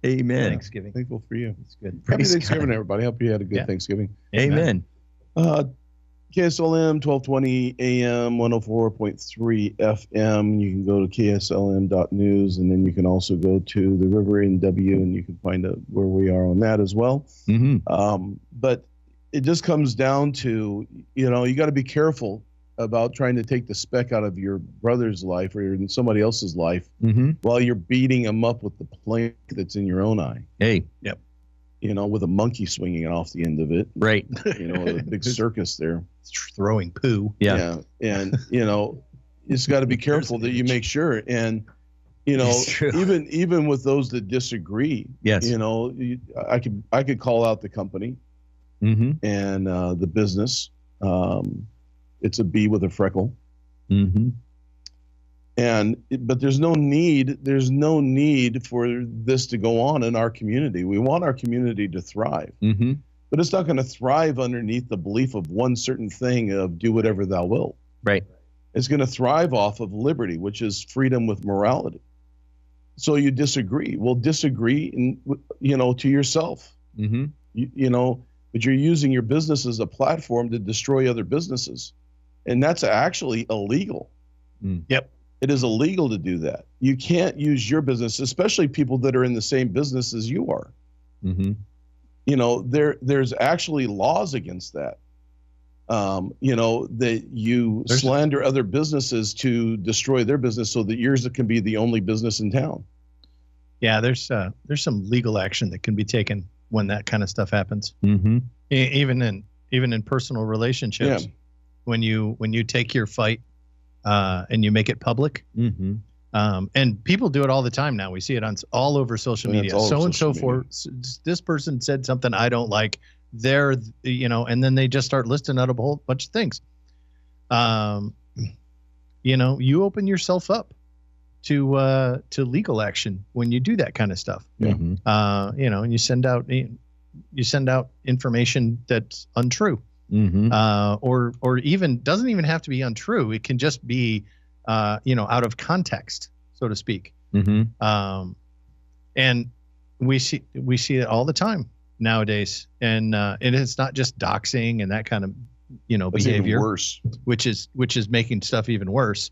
[SPEAKER 3] amen
[SPEAKER 4] Thanksgiving.
[SPEAKER 2] thankful for you.
[SPEAKER 4] It's good.
[SPEAKER 2] Happy
[SPEAKER 3] Praise
[SPEAKER 2] Thanksgiving,
[SPEAKER 3] God.
[SPEAKER 2] everybody. Hope you had a good
[SPEAKER 4] Yeah.
[SPEAKER 2] Thanksgiving.
[SPEAKER 3] amen
[SPEAKER 2] Uh, KSLM 1220 AM 104.3 FM. You can go to KSLM.news and then you can also go to the River NW and you can find out where we are on that as well.
[SPEAKER 4] Mm-hmm.
[SPEAKER 2] Um, but it just comes down to, you know, you got to be careful about trying to take the speck out of your brother's life or in somebody else's life
[SPEAKER 4] Mm-hmm.
[SPEAKER 2] while you're beating them up with the plank that's in your own eye,
[SPEAKER 4] Hey,
[SPEAKER 2] you know, with a monkey swinging it off the end of it,
[SPEAKER 4] right.
[SPEAKER 2] you know, a big circus there.
[SPEAKER 4] Throwing poo. Yeah.
[SPEAKER 2] Yeah. And, you know, it's got to be careful that you make sure. And, you know,
[SPEAKER 3] It's true.
[SPEAKER 2] even even with those that disagree,
[SPEAKER 4] Yes.
[SPEAKER 2] you know, you, I could I could call out the company
[SPEAKER 4] Mm-hmm.
[SPEAKER 2] and uh, the business. Um, it's a B with a freckle,
[SPEAKER 4] Mm-hmm.
[SPEAKER 2] and but there's no need. There's no need for this to go on in our community. We want our community to thrive,
[SPEAKER 4] Mm-hmm.
[SPEAKER 2] but it's not going to thrive underneath the belief of one certain thing of "do whatever thou wilt."
[SPEAKER 4] Right.
[SPEAKER 2] It's going to thrive off of liberty, which is freedom with morality. So you disagree. Well, disagree, and you know, to yourself.
[SPEAKER 4] Mm-hmm.
[SPEAKER 2] you, you know but you're using your business as a platform to destroy other businesses and that's actually illegal
[SPEAKER 4] Mm.
[SPEAKER 3] Yep.
[SPEAKER 2] it is illegal to do that you can't use your business especially people that are in the same business as you are
[SPEAKER 4] Mm-hmm.
[SPEAKER 2] you know there there's actually laws against that um, you know that you
[SPEAKER 4] There's-
[SPEAKER 2] slander other businesses to destroy their business so that yours can be the only business in town
[SPEAKER 4] Yeah. There's uh, there's some legal action that can be taken when that kind of stuff happens. Mm-hmm. even in even in personal relationships,
[SPEAKER 2] Yeah.
[SPEAKER 4] when you when you take your fight uh, and you make it public,
[SPEAKER 3] Mm-hmm.
[SPEAKER 4] um, and people do it all the time now. We see it on s- all over social
[SPEAKER 2] Yeah, it's
[SPEAKER 4] media.
[SPEAKER 2] all over
[SPEAKER 4] So and
[SPEAKER 2] social
[SPEAKER 4] so
[SPEAKER 2] media.
[SPEAKER 4] forth. S- s- This person said something I don't like. They're th- you know, and then they just start listing out a whole bunch of things. Um, you know, you open yourself up to uh, to legal action when you do that kind of stuff.
[SPEAKER 2] Yeah.
[SPEAKER 4] Mm-hmm. Uh, you know, and you send out eh, you send out information that's untrue
[SPEAKER 3] Mm-hmm.
[SPEAKER 4] uh, or or even doesn't even have to be untrue. It can just be uh, you know out of context, so to speak.
[SPEAKER 3] Mm-hmm.
[SPEAKER 4] Um, and we see we see it all the time nowadays, and uh, and it's not just doxing and that kind of you know
[SPEAKER 2] that's even
[SPEAKER 4] behavior,
[SPEAKER 2] worse
[SPEAKER 4] which is which is making stuff even worse.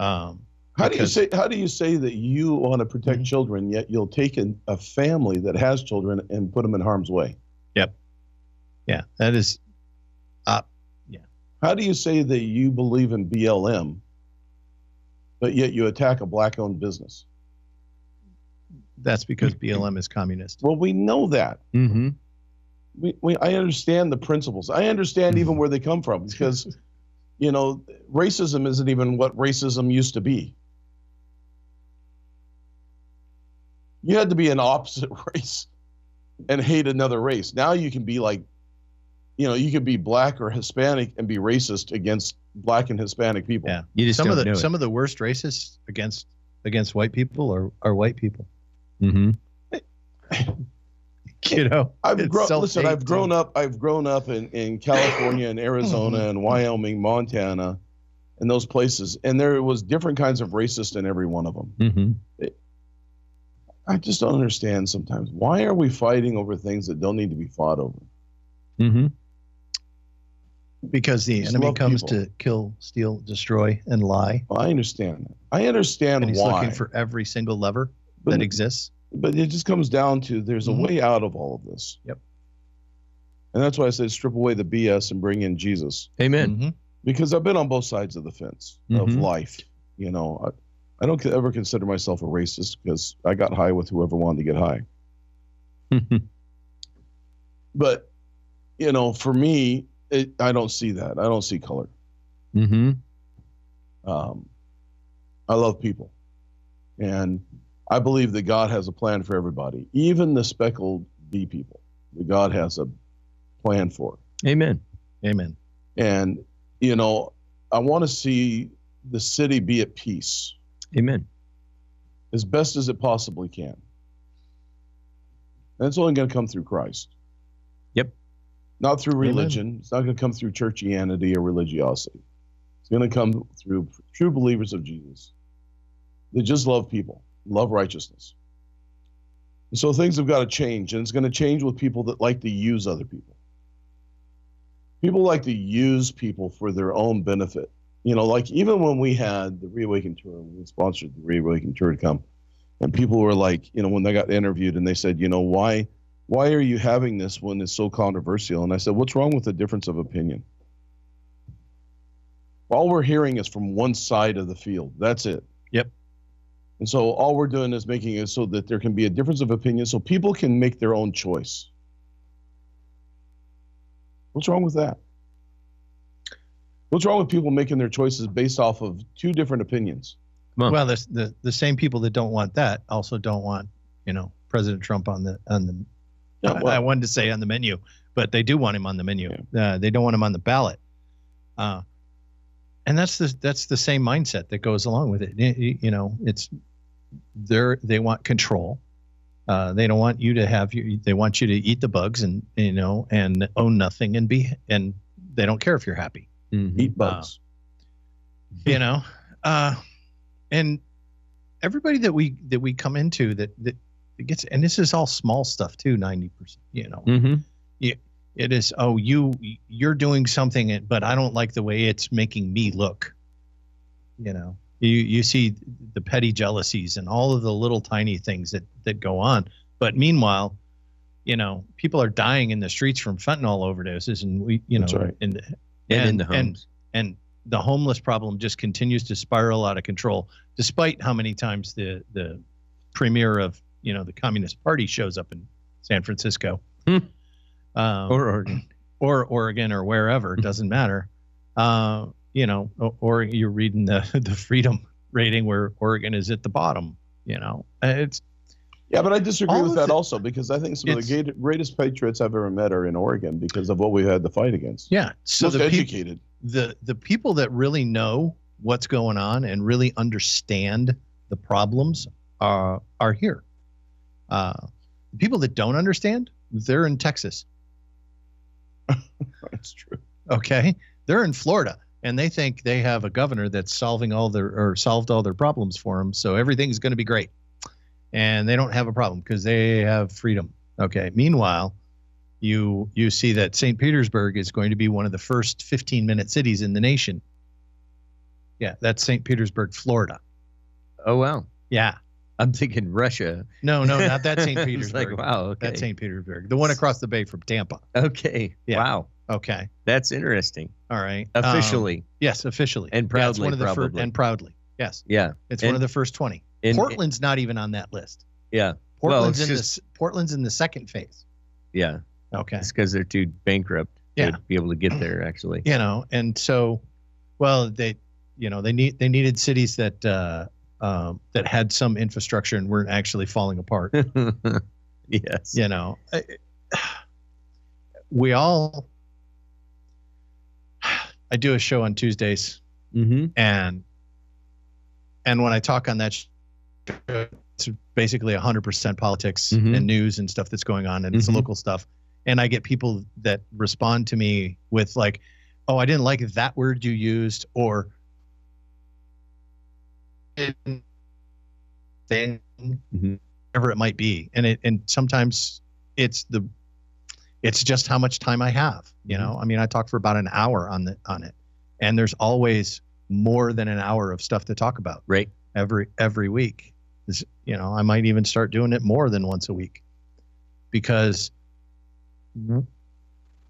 [SPEAKER 4] Um,
[SPEAKER 2] How do you
[SPEAKER 4] because-
[SPEAKER 2] say how do you say that you want to protect
[SPEAKER 4] Mhm.
[SPEAKER 2] children yet you'll take an, a family that has children and put them in harm's way?
[SPEAKER 4] yeah, that is
[SPEAKER 2] How do you say that you believe in BLM but yet you attack a black owned business?
[SPEAKER 4] that's
[SPEAKER 2] Mm-hmm.
[SPEAKER 4] because BLM is communist.
[SPEAKER 2] Well, we know that.
[SPEAKER 4] Mm-hmm.
[SPEAKER 2] We, we I understand the principles. I understand even where they come from because you know, racism isn't even what racism used to be. You had to be an opposite race and hate another race. Now you can be like, you know, you could be black or Hispanic and be racist against black and Hispanic people.
[SPEAKER 4] Yeah.
[SPEAKER 3] You just
[SPEAKER 4] Some
[SPEAKER 3] don't
[SPEAKER 4] of
[SPEAKER 3] know
[SPEAKER 4] the
[SPEAKER 3] it.
[SPEAKER 4] some of the worst racists against against white people are are white people.
[SPEAKER 3] mm-hmm.
[SPEAKER 4] you know
[SPEAKER 2] I've
[SPEAKER 4] it's
[SPEAKER 2] grown. Listen,
[SPEAKER 4] self-hate
[SPEAKER 2] I've grown
[SPEAKER 4] too.
[SPEAKER 2] up. I've grown up in, in California and
[SPEAKER 4] Mm-hmm.
[SPEAKER 2] Arizona and Wyoming, Montana, and those places. And there was different kinds of racist in every one of them.
[SPEAKER 3] Mm-hmm.
[SPEAKER 2] I just don't understand sometimes. Why are we fighting over things that don't need to be fought over?
[SPEAKER 3] Mm-hmm.
[SPEAKER 4] because the
[SPEAKER 2] Just
[SPEAKER 4] enemy
[SPEAKER 2] love
[SPEAKER 4] comes
[SPEAKER 2] people.
[SPEAKER 4] to kill steal destroy and lie
[SPEAKER 2] I understand that. I understand
[SPEAKER 4] and he's
[SPEAKER 2] why.
[SPEAKER 4] looking for every single lever
[SPEAKER 2] but,
[SPEAKER 4] that exists
[SPEAKER 2] but it just comes down to there's
[SPEAKER 4] Mhm.
[SPEAKER 2] a way out of all of this.
[SPEAKER 4] Yep.
[SPEAKER 2] And that's why I said strip away the BS and bring in Jesus.
[SPEAKER 3] Amen.
[SPEAKER 4] Mhm.
[SPEAKER 2] Because I've been on both sides of the fence of
[SPEAKER 3] Mhm.
[SPEAKER 2] life. You know, I, I don't ever consider myself a racist because I got high with whoever wanted to get high. But, you know, for me, it, I don't see that. I don't see color.
[SPEAKER 3] Mm-hmm.
[SPEAKER 2] Um, I love people. And I believe that God has a plan for everybody, even the speckled bee people, that God has a plan for.
[SPEAKER 3] Amen.
[SPEAKER 4] amen
[SPEAKER 2] And, you know, I want to see the city be at peace
[SPEAKER 3] Amen.
[SPEAKER 2] as best as it possibly can. And it's only going to come through Christ.
[SPEAKER 3] Yep.
[SPEAKER 2] Not through
[SPEAKER 4] Amen.
[SPEAKER 2] religion. It's not going to come through churchianity or religiosity. It's going to come through true believers of Jesus that just love people, love righteousness. And so things have got to change, and it's going to change with people that like to use other people. people like to use people for their own benefit. You know, like even when we had the Reawaken Tour, we sponsored the Reawaken Tour to come, and people were like, you know, when they got interviewed and they said, you know, why, why are you having this when it's so controversial? And I said, what's wrong with the difference of opinion? All we're hearing is from one side of the field. That's it.
[SPEAKER 4] Yep.
[SPEAKER 2] And so all we're doing is making it so that there can be a difference of opinion, so people can make their own choice. What's wrong with that? What's wrong with people making their choices based off of two different opinions?
[SPEAKER 3] Huh.
[SPEAKER 4] Well, the, the the same people that don't want that also don't want you know President Trump on the on the.
[SPEAKER 2] Yeah,
[SPEAKER 4] I, I
[SPEAKER 2] well-
[SPEAKER 4] wanted to say on the menu, but they do want him on the menu. Uh, they don't want him on the ballot. Uh, and that's the that's the same mindset that goes along with it. Y- y- You know, it's they're they want control. Uh, they don't want you to have you. They want you to eat the bugs and you know and own nothing and be and they don't care if you're happy
[SPEAKER 3] Mm-hmm.
[SPEAKER 2] Eat bugs.
[SPEAKER 4] you know uh and everybody that we that we come into that that that gets and this is all small stuff too 90% you know
[SPEAKER 3] Mm-hmm.
[SPEAKER 4] it is oh you you're doing something but i don't like the way it's making me look you know you you see the petty jealousies and all of the little tiny things that that go on but meanwhile you know people are dying in the streets from fentanyl overdoses and we you know
[SPEAKER 2] That's right.
[SPEAKER 4] and
[SPEAKER 3] And, in
[SPEAKER 4] And-
[SPEAKER 3] the homes.
[SPEAKER 4] and the homeless problem just continues to spiral out of control, despite how many times the the premier of you know the Communist Party shows up in San Francisco,
[SPEAKER 3] Hmm.
[SPEAKER 4] um, or
[SPEAKER 3] or Oregon.
[SPEAKER 4] or Oregon or wherever, it doesn't matter. Uh, you know, or, or you're reading the the freedom rating where Oregon is at the bottom. You know, Uh, it's
[SPEAKER 2] Yeah, but I disagree
[SPEAKER 4] all
[SPEAKER 2] with
[SPEAKER 4] of
[SPEAKER 2] that
[SPEAKER 4] the-
[SPEAKER 2] also because I think some of the
[SPEAKER 4] It's-
[SPEAKER 2] great- greatest patriots I've ever met are in Oregon because of what we've had to fight against.
[SPEAKER 4] yeah. So
[SPEAKER 2] Most
[SPEAKER 4] the peop-
[SPEAKER 2] educated.
[SPEAKER 4] the the people that really know what's going on and really understand the problems are are here. Uh, the people that don't understand, they're in Texas.
[SPEAKER 2] That's true.
[SPEAKER 4] Okay, they're in Florida, and they think they have a governor that's solving all their or solved all their problems for them, so everything's going to be great, and they don't have a problem because they have freedom. Okay. Meanwhile, you you see that St. Petersburg is going to be one of the first 15 minute cities in the nation. Yeah, that's St. Petersburg, Florida.
[SPEAKER 3] Oh wow.
[SPEAKER 4] Yeah.
[SPEAKER 3] I'm thinking Russia.
[SPEAKER 4] Oh, No, no, not that St.
[SPEAKER 3] It's
[SPEAKER 4] Petersburg.
[SPEAKER 3] like wow. Okay.
[SPEAKER 4] That's St. Petersburg, the one across the bay from Tampa.
[SPEAKER 3] okay.
[SPEAKER 4] Yeah.
[SPEAKER 3] Wow.
[SPEAKER 4] Okay.
[SPEAKER 3] That's interesting.
[SPEAKER 4] All right. Um,
[SPEAKER 3] Officially.
[SPEAKER 4] yes, officially.
[SPEAKER 3] And
[SPEAKER 4] Yeah, it's
[SPEAKER 3] proudly,
[SPEAKER 4] one of the fir-
[SPEAKER 3] probably.
[SPEAKER 4] and proudly. Yes.
[SPEAKER 3] yeah.
[SPEAKER 4] It's
[SPEAKER 3] And-
[SPEAKER 4] one of the first 20.
[SPEAKER 3] In,
[SPEAKER 4] Portland's not even on that list.
[SPEAKER 3] Yeah. Well,
[SPEAKER 4] Portland's
[SPEAKER 3] it's
[SPEAKER 4] in this Portland's in the second phase.
[SPEAKER 3] yeah.
[SPEAKER 4] Okay.
[SPEAKER 3] It's because they're too bankrupt
[SPEAKER 4] Yeah.
[SPEAKER 3] to be able to get there. Actually.
[SPEAKER 4] You know, and so well they you know, they need they needed cities that uh um, that had some infrastructure and weren't actually falling apart.
[SPEAKER 3] yes.
[SPEAKER 4] you know, I- we all. I do a show on Tuesdays
[SPEAKER 3] Mm-hmm.
[SPEAKER 4] and and when I talk on that, sh- it's basically hundred percent politics
[SPEAKER 3] Mhm.
[SPEAKER 4] and news and stuff that's going on, and it's
[SPEAKER 3] Mhm.
[SPEAKER 4] local stuff. And I get people that respond to me with like, "Oh, I didn't like that word you used," or "Didn't "thing,"
[SPEAKER 3] Mhm.
[SPEAKER 4] whatever it might be. And it and sometimes it's the it's just how much time I have. You know, I mean, I talk for about an hour on the on it, and there's always more than an hour of stuff to talk about
[SPEAKER 3] Right.
[SPEAKER 4] every every week. Is you know, I might even start doing it more than once a week, because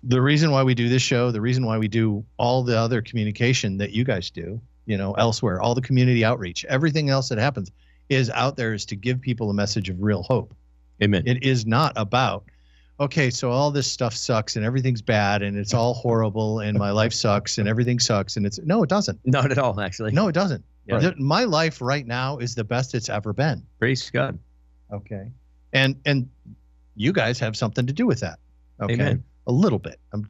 [SPEAKER 4] the reason why we do this show, the reason why we do all the other communication that you guys do, you know, elsewhere, all the community outreach, everything else that happens is out there is to give people a message of real hope.
[SPEAKER 3] Amen.
[SPEAKER 4] It is not about, okay, so all this stuff sucks and everything's bad and it's all horrible and my life sucks and everything sucks and it's no, it doesn't.
[SPEAKER 3] Not at all. Actually.
[SPEAKER 4] No, it doesn't.
[SPEAKER 3] Yeah.
[SPEAKER 4] Th- My life right now is the best it's ever been.
[SPEAKER 3] Praise God.
[SPEAKER 4] Okay. And and you guys have something to do with that. Okay.
[SPEAKER 3] Amen.
[SPEAKER 4] A little bit. I'm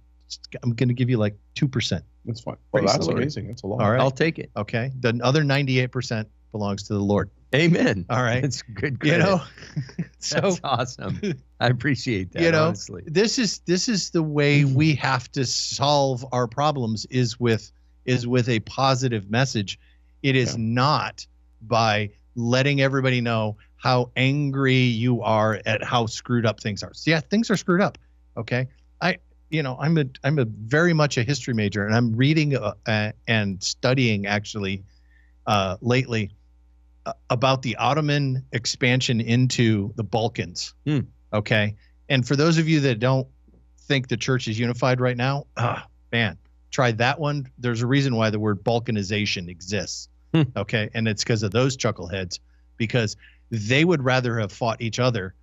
[SPEAKER 4] I'm going to give you like 2%.
[SPEAKER 2] That's fine. Well,
[SPEAKER 4] Praise
[SPEAKER 2] that's
[SPEAKER 4] the Lord.
[SPEAKER 2] amazing. That's a lot.
[SPEAKER 4] All right.
[SPEAKER 3] I'll take it.
[SPEAKER 4] Okay. The other 98% belongs to the Lord.
[SPEAKER 3] Amen.
[SPEAKER 4] All right.
[SPEAKER 3] That's good.
[SPEAKER 4] You
[SPEAKER 3] Credit.
[SPEAKER 4] know. so
[SPEAKER 3] That's awesome. I appreciate that.
[SPEAKER 4] You know,
[SPEAKER 3] honestly.
[SPEAKER 4] this is this is the way we have to solve our problems is with is with a positive message. It is
[SPEAKER 2] Yeah.
[SPEAKER 4] not by letting everybody know how angry you are at how screwed up things are. So yeah, things are screwed up. Okay. I you know, I'm a I'm a very much a history major, and I'm reading uh, uh, and studying actually uh, lately uh, about the Ottoman expansion into the Balkans.
[SPEAKER 3] Hmm.
[SPEAKER 4] Okay, and for those of you that don't think the church is unified right now, ah, man, try that one. There's a reason why the word Balkanization exists.
[SPEAKER 3] Hmm.
[SPEAKER 4] Okay, and it's because of those chuckleheads because they would rather have fought each other.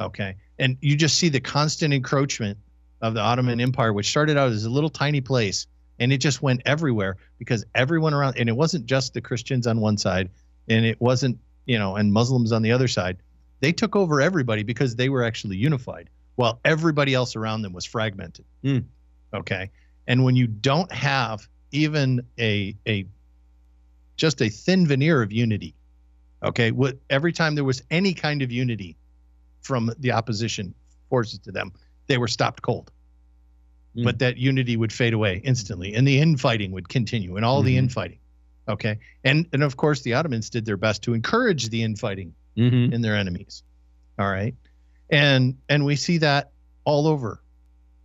[SPEAKER 4] Okay, and you just see the constant encroachment of the Ottoman Empire, which started out as a little tiny place, and it just went everywhere because everyone around, and it wasn't just the Christians on one side, and it wasn't, you know, and Muslims on the other side. They took over everybody because they were actually unified, while everybody else around them was fragmented.
[SPEAKER 3] Hmm.
[SPEAKER 4] Okay, and when you don't have even a a just a thin veneer of unity, okay, what every time there was any kind of unity from the opposition forces to them, they were stopped cold.
[SPEAKER 3] Mm.
[SPEAKER 4] But that unity would fade away instantly, and the infighting would continue, and all the
[SPEAKER 3] Mhm.
[SPEAKER 4] infighting. Okay, and and of course the Ottomans did their best to encourage the infighting
[SPEAKER 3] Mm-hmm.
[SPEAKER 4] in their enemies. All right, and and we see that all over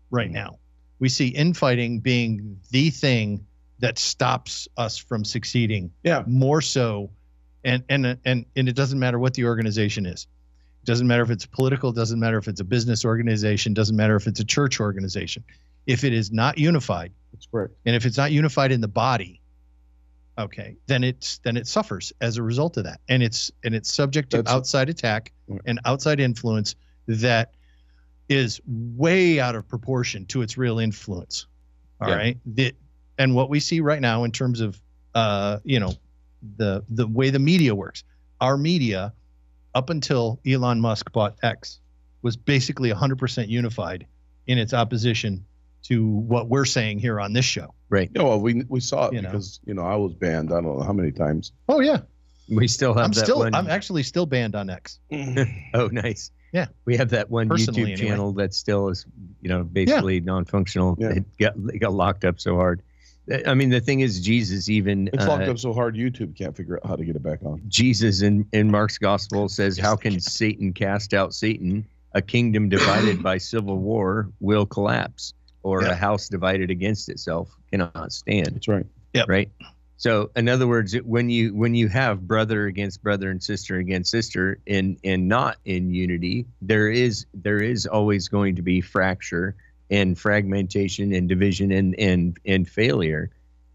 [SPEAKER 4] right now. We see infighting being the thing that stops us from succeeding.
[SPEAKER 2] Yeah.
[SPEAKER 4] more so, and and and and it doesn't matter what the organization is. It doesn't matter if it's political. Doesn't matter if it's a business organization. Doesn't matter if it's a church organization. If it is not unified,
[SPEAKER 2] That's correct.
[SPEAKER 4] and if it's not unified in the body, okay, then it's then it suffers as a result of that, and it's and it's subject to
[SPEAKER 2] That's-
[SPEAKER 4] outside attack
[SPEAKER 2] Right.
[SPEAKER 4] and outside influence that is way out of proportion to its real influence. All
[SPEAKER 3] Yeah.
[SPEAKER 4] right, The, and what we see right now in terms of uh, you know the the way the media works, our media up until Elon Musk bought X was basically 100% unified in its opposition to what we're saying here on this show.
[SPEAKER 2] Yeah, well, we we saw it
[SPEAKER 4] You know.
[SPEAKER 2] because you know I was banned. I don't know how many times.
[SPEAKER 4] Oh yeah,
[SPEAKER 3] We still have
[SPEAKER 4] I'm
[SPEAKER 3] that
[SPEAKER 4] still
[SPEAKER 3] one.
[SPEAKER 4] I'm actually still banned on X.
[SPEAKER 3] oh, nice.
[SPEAKER 4] Yeah.
[SPEAKER 3] we have that one
[SPEAKER 4] Personally,
[SPEAKER 3] YouTube
[SPEAKER 4] anyway.
[SPEAKER 3] channel that still is, you know, basically non-functional.
[SPEAKER 2] Yeah.
[SPEAKER 3] It got it got locked up so hard. I mean, the thing is, Jesus even
[SPEAKER 2] It's
[SPEAKER 3] uh,
[SPEAKER 2] locked up so hard YouTube can't figure out how to get it back on.
[SPEAKER 3] Jesus in, in Mark's gospel says, How can Satan cast out Satan? A kingdom divided by civil war will collapse, or
[SPEAKER 4] Yeah.
[SPEAKER 3] a house divided against itself cannot stand.
[SPEAKER 2] That's right.
[SPEAKER 3] Right? So in other words, it- when you when you have brother against brother and sister against sister in and not in unity, there is there is always going to be fracture and fragmentation and division and and and failure.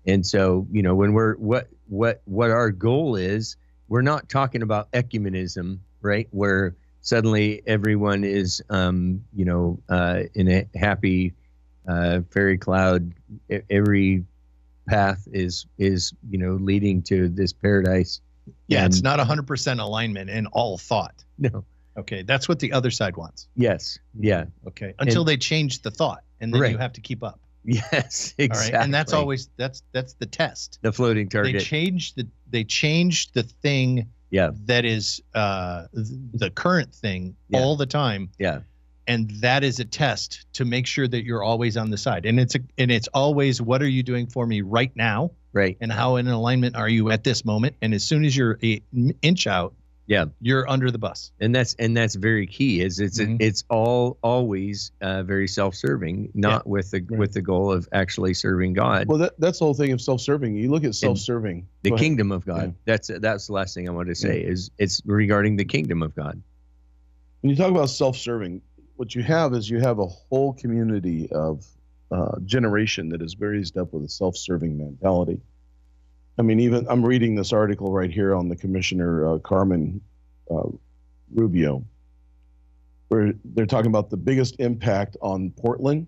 [SPEAKER 3] And so, you know, when we're what what what our goal is, we're not talking about ecumenism, right? Where suddenly everyone is, um, you know, uh, in a happy uh, fairy cloud. E- Every path is is you know leading to this paradise.
[SPEAKER 4] Yeah, it's
[SPEAKER 3] And-
[SPEAKER 4] not 100% alignment in all thought.
[SPEAKER 3] No.
[SPEAKER 4] Okay, that's what the other side wants.
[SPEAKER 3] Yes. Yeah.
[SPEAKER 4] Okay, until they change the thought, and then you
[SPEAKER 3] Right.
[SPEAKER 4] have to keep up.
[SPEAKER 3] Yes.
[SPEAKER 4] All right,
[SPEAKER 3] Exactly.
[SPEAKER 4] and that's always that's that's the test.
[SPEAKER 3] the floating target.
[SPEAKER 4] They changed the they changed the thing
[SPEAKER 3] Yeah.
[SPEAKER 4] that is uh, th- the current thing
[SPEAKER 3] Yeah.
[SPEAKER 4] all the time.
[SPEAKER 3] Yeah.
[SPEAKER 4] And that is a test to make sure that you're always on the side. And it's a, and it's always what are you doing for me right now?
[SPEAKER 3] right.
[SPEAKER 4] and how in alignment are you at this moment? And as soon as you're a m- inch out,
[SPEAKER 3] Yeah.
[SPEAKER 4] you're under the bus.
[SPEAKER 3] and that's and that's very key is it's
[SPEAKER 4] Mhm.
[SPEAKER 3] it's all always uh, very self-serving not with the
[SPEAKER 2] Right.
[SPEAKER 3] with the goal of actually serving god
[SPEAKER 2] Well, that, that's the whole thing of self-serving. You look at self-serving.
[SPEAKER 3] the
[SPEAKER 2] Go ahead.
[SPEAKER 3] kingdom of god
[SPEAKER 2] Yeah.
[SPEAKER 3] that's that's the last thing i want to say is it's regarding the kingdom of god
[SPEAKER 2] When you talk about self-serving, what you have is you have a whole community of uh, generation that is raised up with a self-serving mentality. I mean, even I'm reading this article right here on the commissioner uh, Carmen uh, Rubio, where they're talking about the biggest impact on Portland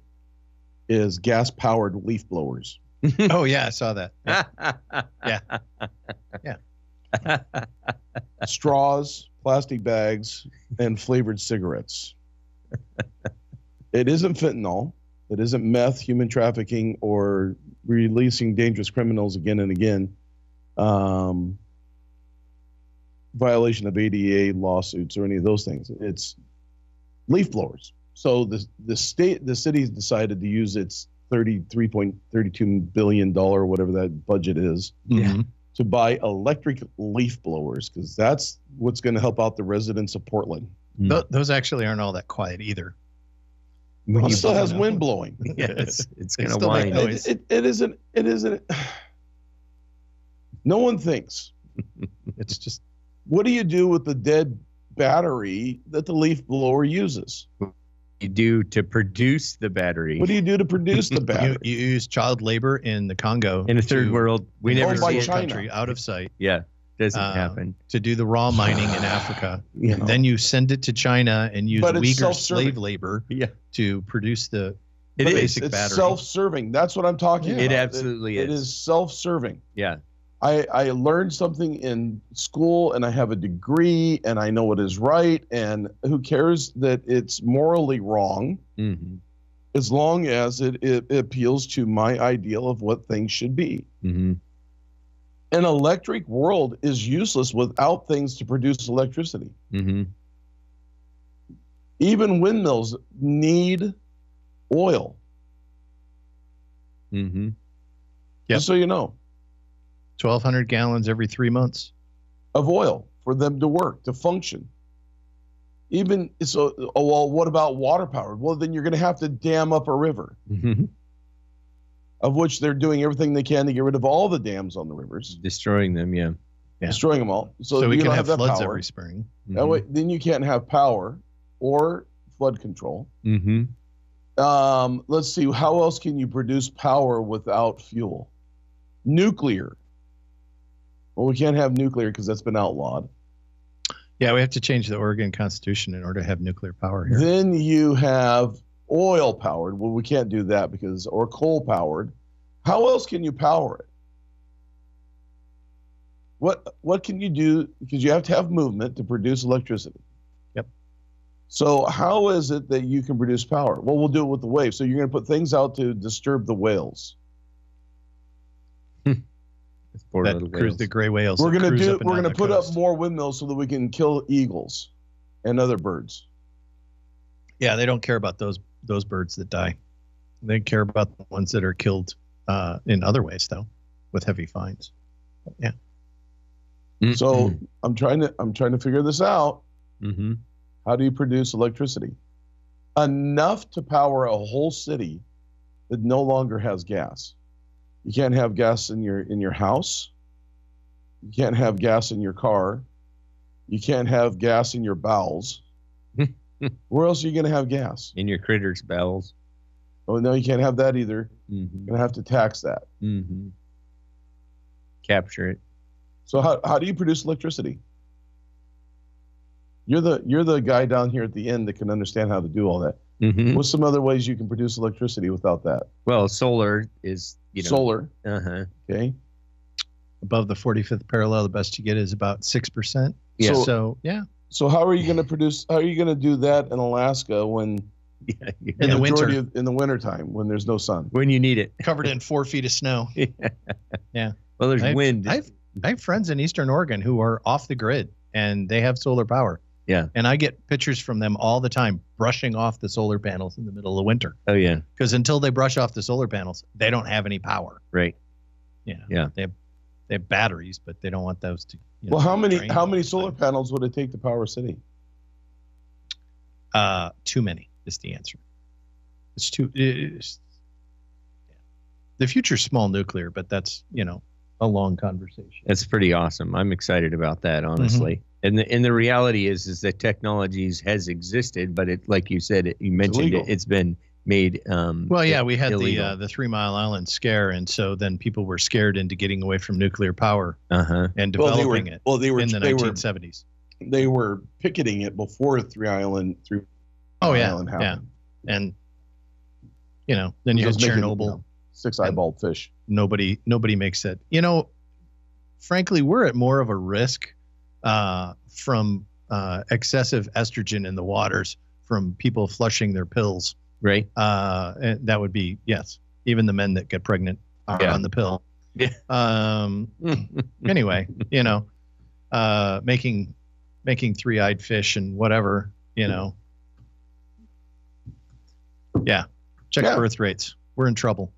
[SPEAKER 2] is gas-powered leaf blowers.
[SPEAKER 4] oh yeah, I saw that. Yeah. Yeah. Yeah.
[SPEAKER 2] straws, plastic bags, and flavored cigarettes. It isn't fentanyl. It isn't meth, human trafficking, or releasing dangerous criminals again and again. Um, violation of ADA lawsuits or any of those things. It's leaf blowers. So the the state, the city's decided to use its thirty-three point thirty-two billion dollar, whatever that budget is,
[SPEAKER 3] Mm-hmm.
[SPEAKER 4] Mhm.
[SPEAKER 2] to buy electric leaf blowers because that's what's going to help out the residents of Portland.
[SPEAKER 4] Tho- those actually aren't all that quiet either.
[SPEAKER 3] when
[SPEAKER 2] It
[SPEAKER 3] you
[SPEAKER 2] still
[SPEAKER 4] blow
[SPEAKER 2] has
[SPEAKER 4] it up.
[SPEAKER 2] wind blowing.
[SPEAKER 3] yeah, it's, it's
[SPEAKER 4] They
[SPEAKER 3] gonna
[SPEAKER 4] still make
[SPEAKER 3] wind.
[SPEAKER 4] noise.
[SPEAKER 2] It, it, it isn't. It isn't. No one thinks.
[SPEAKER 4] It's just
[SPEAKER 2] What do you do with the dead battery that the leaf blower uses?
[SPEAKER 3] you do to produce the battery
[SPEAKER 2] What do you do to produce the battery?
[SPEAKER 4] you, you use child labor in the Congo
[SPEAKER 3] in the third
[SPEAKER 4] to-
[SPEAKER 3] world. We
[SPEAKER 4] in a
[SPEAKER 3] never
[SPEAKER 2] by
[SPEAKER 3] see
[SPEAKER 4] third
[SPEAKER 3] it.
[SPEAKER 4] world
[SPEAKER 2] China.
[SPEAKER 4] country out of sight
[SPEAKER 3] Yeah, doesn't
[SPEAKER 4] Uh,
[SPEAKER 3] happen.
[SPEAKER 4] to do the raw mining in Africa.
[SPEAKER 2] You know?
[SPEAKER 4] Then you send it to China and use
[SPEAKER 2] But it's
[SPEAKER 4] Uyghur
[SPEAKER 2] self-serving.
[SPEAKER 4] slave labor
[SPEAKER 3] Yeah.
[SPEAKER 4] to produce the
[SPEAKER 3] It
[SPEAKER 2] But
[SPEAKER 3] is.
[SPEAKER 4] basic
[SPEAKER 2] it's, it's
[SPEAKER 4] battery.
[SPEAKER 2] self-serving. That's what I'm talking about.
[SPEAKER 3] It absolutely
[SPEAKER 2] it
[SPEAKER 3] is.
[SPEAKER 2] is self-serving.
[SPEAKER 3] Yeah.
[SPEAKER 2] I, I learned something in school and I have a degree and I know what is right and who cares that it's morally wrong
[SPEAKER 3] hmm
[SPEAKER 2] as long as it, it appeals to my ideal of what things should be.
[SPEAKER 3] hmm
[SPEAKER 2] An electric world is useless without things to produce electricity.
[SPEAKER 3] hmm
[SPEAKER 2] Even windmills need oil.
[SPEAKER 3] hmm
[SPEAKER 4] Yep.
[SPEAKER 2] Just so you know,
[SPEAKER 4] 1,200 gallons every three months.
[SPEAKER 2] of oil for them to work, to function. Even so, oh, well, what about water power? Well, then you're going to have to dam up a river.
[SPEAKER 3] hmm
[SPEAKER 2] of which they're doing everything they can to get rid of all the dams on the rivers,
[SPEAKER 3] Destroying them. Yeah.
[SPEAKER 4] Yeah.
[SPEAKER 2] destroying them all. So,
[SPEAKER 4] So, we
[SPEAKER 2] you
[SPEAKER 4] can
[SPEAKER 2] don't
[SPEAKER 4] have
[SPEAKER 2] that
[SPEAKER 4] floods
[SPEAKER 2] power.
[SPEAKER 4] every mhm. spring.
[SPEAKER 3] Mm-hmm.
[SPEAKER 2] That way, then you can't have power or flood control.
[SPEAKER 3] hmm
[SPEAKER 2] Um, let's see, how else can you produce power without fuel? Nuclear. Well, we can't have nuclear because that's been outlawed.
[SPEAKER 4] Yeah, we have to change the Oregon Constitution in order to have nuclear power here.
[SPEAKER 2] Then you have oil powered. Well, we can't do that because, or coal powered. How else can you power it? What what can you do? Because you have to have movement to produce electricity.
[SPEAKER 4] Yep.
[SPEAKER 2] So how is it that you can produce power? Well, we'll do it with the wave. So you're going to put things out to disturb the whales.
[SPEAKER 3] Poor
[SPEAKER 4] that
[SPEAKER 3] little
[SPEAKER 4] cruise,
[SPEAKER 3] whales.
[SPEAKER 4] the gray whales.
[SPEAKER 2] we're
[SPEAKER 4] that
[SPEAKER 2] going to
[SPEAKER 4] cruise
[SPEAKER 2] do.
[SPEAKER 4] up and
[SPEAKER 2] We're
[SPEAKER 4] down
[SPEAKER 2] going to
[SPEAKER 4] the
[SPEAKER 2] put
[SPEAKER 4] coast.
[SPEAKER 2] up more windmills so that we can kill eagles and other birds.
[SPEAKER 4] Yeah, they don't care about those those birds that die. They care about the ones that are killed uh, in other ways, though, with heavy fines.
[SPEAKER 3] Mm,
[SPEAKER 2] So
[SPEAKER 4] Mm-hmm.
[SPEAKER 2] I'm trying to I'm trying to figure this out.
[SPEAKER 3] mhm.
[SPEAKER 2] How do you produce electricity? Enough to power a whole city that no longer has gas. You can't have gas in your in your house. You can't have gas in your car. You can't have gas in your bowels. Where else are you going to have gas?
[SPEAKER 3] in your critters' bowels.
[SPEAKER 2] Oh no, you can't have that either.
[SPEAKER 3] hmm
[SPEAKER 2] You're going to have to tax that.
[SPEAKER 3] hmm Capture it.
[SPEAKER 2] So how, how do you produce electricity? You're the you're the guy down here at the end that can understand how to do all that.
[SPEAKER 3] hmm
[SPEAKER 2] What's some other ways you can produce electricity without that?
[SPEAKER 3] Well, solar is you know.
[SPEAKER 2] Solar,
[SPEAKER 3] Uh huh.
[SPEAKER 2] okay?
[SPEAKER 4] Above the 45th parallel, the best you get is about 6%.
[SPEAKER 3] Yeah.
[SPEAKER 4] So,
[SPEAKER 2] So-
[SPEAKER 4] yeah.
[SPEAKER 2] So how are you going to produce? How are you going to do that in Alaska when
[SPEAKER 3] Yeah, yeah.
[SPEAKER 4] In the
[SPEAKER 2] majority
[SPEAKER 4] winter.
[SPEAKER 2] of, in the wintertime when there's no sun?
[SPEAKER 3] When you need it.
[SPEAKER 4] Covered in four feet of snow. Yeah.
[SPEAKER 3] Well, there's
[SPEAKER 4] I've-
[SPEAKER 3] wind.
[SPEAKER 4] I've I have friends in Eastern Oregon who are off the grid and they have solar power.
[SPEAKER 3] Yeah.
[SPEAKER 4] And I get pictures from them all the time brushing off the solar panels in the middle of winter
[SPEAKER 3] oh yeah.
[SPEAKER 4] because until they brush off the solar panels, they don't have any power.
[SPEAKER 3] Right.
[SPEAKER 4] You know,
[SPEAKER 3] Yeah.
[SPEAKER 4] They have, they have batteries, but they don't want those to. you know,
[SPEAKER 2] Well, how many
[SPEAKER 4] drain
[SPEAKER 2] how
[SPEAKER 4] all
[SPEAKER 2] many
[SPEAKER 4] the
[SPEAKER 2] solar
[SPEAKER 4] time.
[SPEAKER 2] panels would it take to power a city?
[SPEAKER 4] Uh, too many is the answer. It's too. It's, the future's small nuclear, but that's you know a long conversation.
[SPEAKER 3] That's pretty awesome. I'm excited about that,
[SPEAKER 4] Mm-hmm.
[SPEAKER 3] honestly. And the and the reality is is that technologies has existed, but it like you said, it, you mentioned
[SPEAKER 2] illegal.
[SPEAKER 3] it, it's been made. Um,
[SPEAKER 4] Well, yeah, we had the
[SPEAKER 3] illegal.
[SPEAKER 4] uh, the Three Mile Island scare, and so then people were scared into getting away from nuclear power
[SPEAKER 3] Uh huh.
[SPEAKER 4] and
[SPEAKER 2] Well,
[SPEAKER 4] developing
[SPEAKER 2] they were
[SPEAKER 4] it
[SPEAKER 2] well they were
[SPEAKER 4] in the
[SPEAKER 2] they were
[SPEAKER 4] 1970s.
[SPEAKER 2] they were picketing it before Three Island Three
[SPEAKER 4] Oh yeah,
[SPEAKER 2] Island
[SPEAKER 4] yeah,
[SPEAKER 2] happened.
[SPEAKER 4] and you know, then you had
[SPEAKER 2] Just making,
[SPEAKER 4] Chernobyl.
[SPEAKER 2] you know, six eyeballed fish.
[SPEAKER 4] Nobody, nobody makes it. You know, frankly, we're at more of a risk uh, from uh, excessive estrogen in the waters from people flushing their pills.
[SPEAKER 3] Right.
[SPEAKER 4] Uh, and that would be yes, even the men that get pregnant are
[SPEAKER 3] Yeah.
[SPEAKER 4] on the pill.
[SPEAKER 3] Yeah.
[SPEAKER 4] Um, anyway, you know, uh, making making three eyed fish and whatever, you know. Yeah, check
[SPEAKER 2] Yeah.
[SPEAKER 4] birth rates. We're in trouble.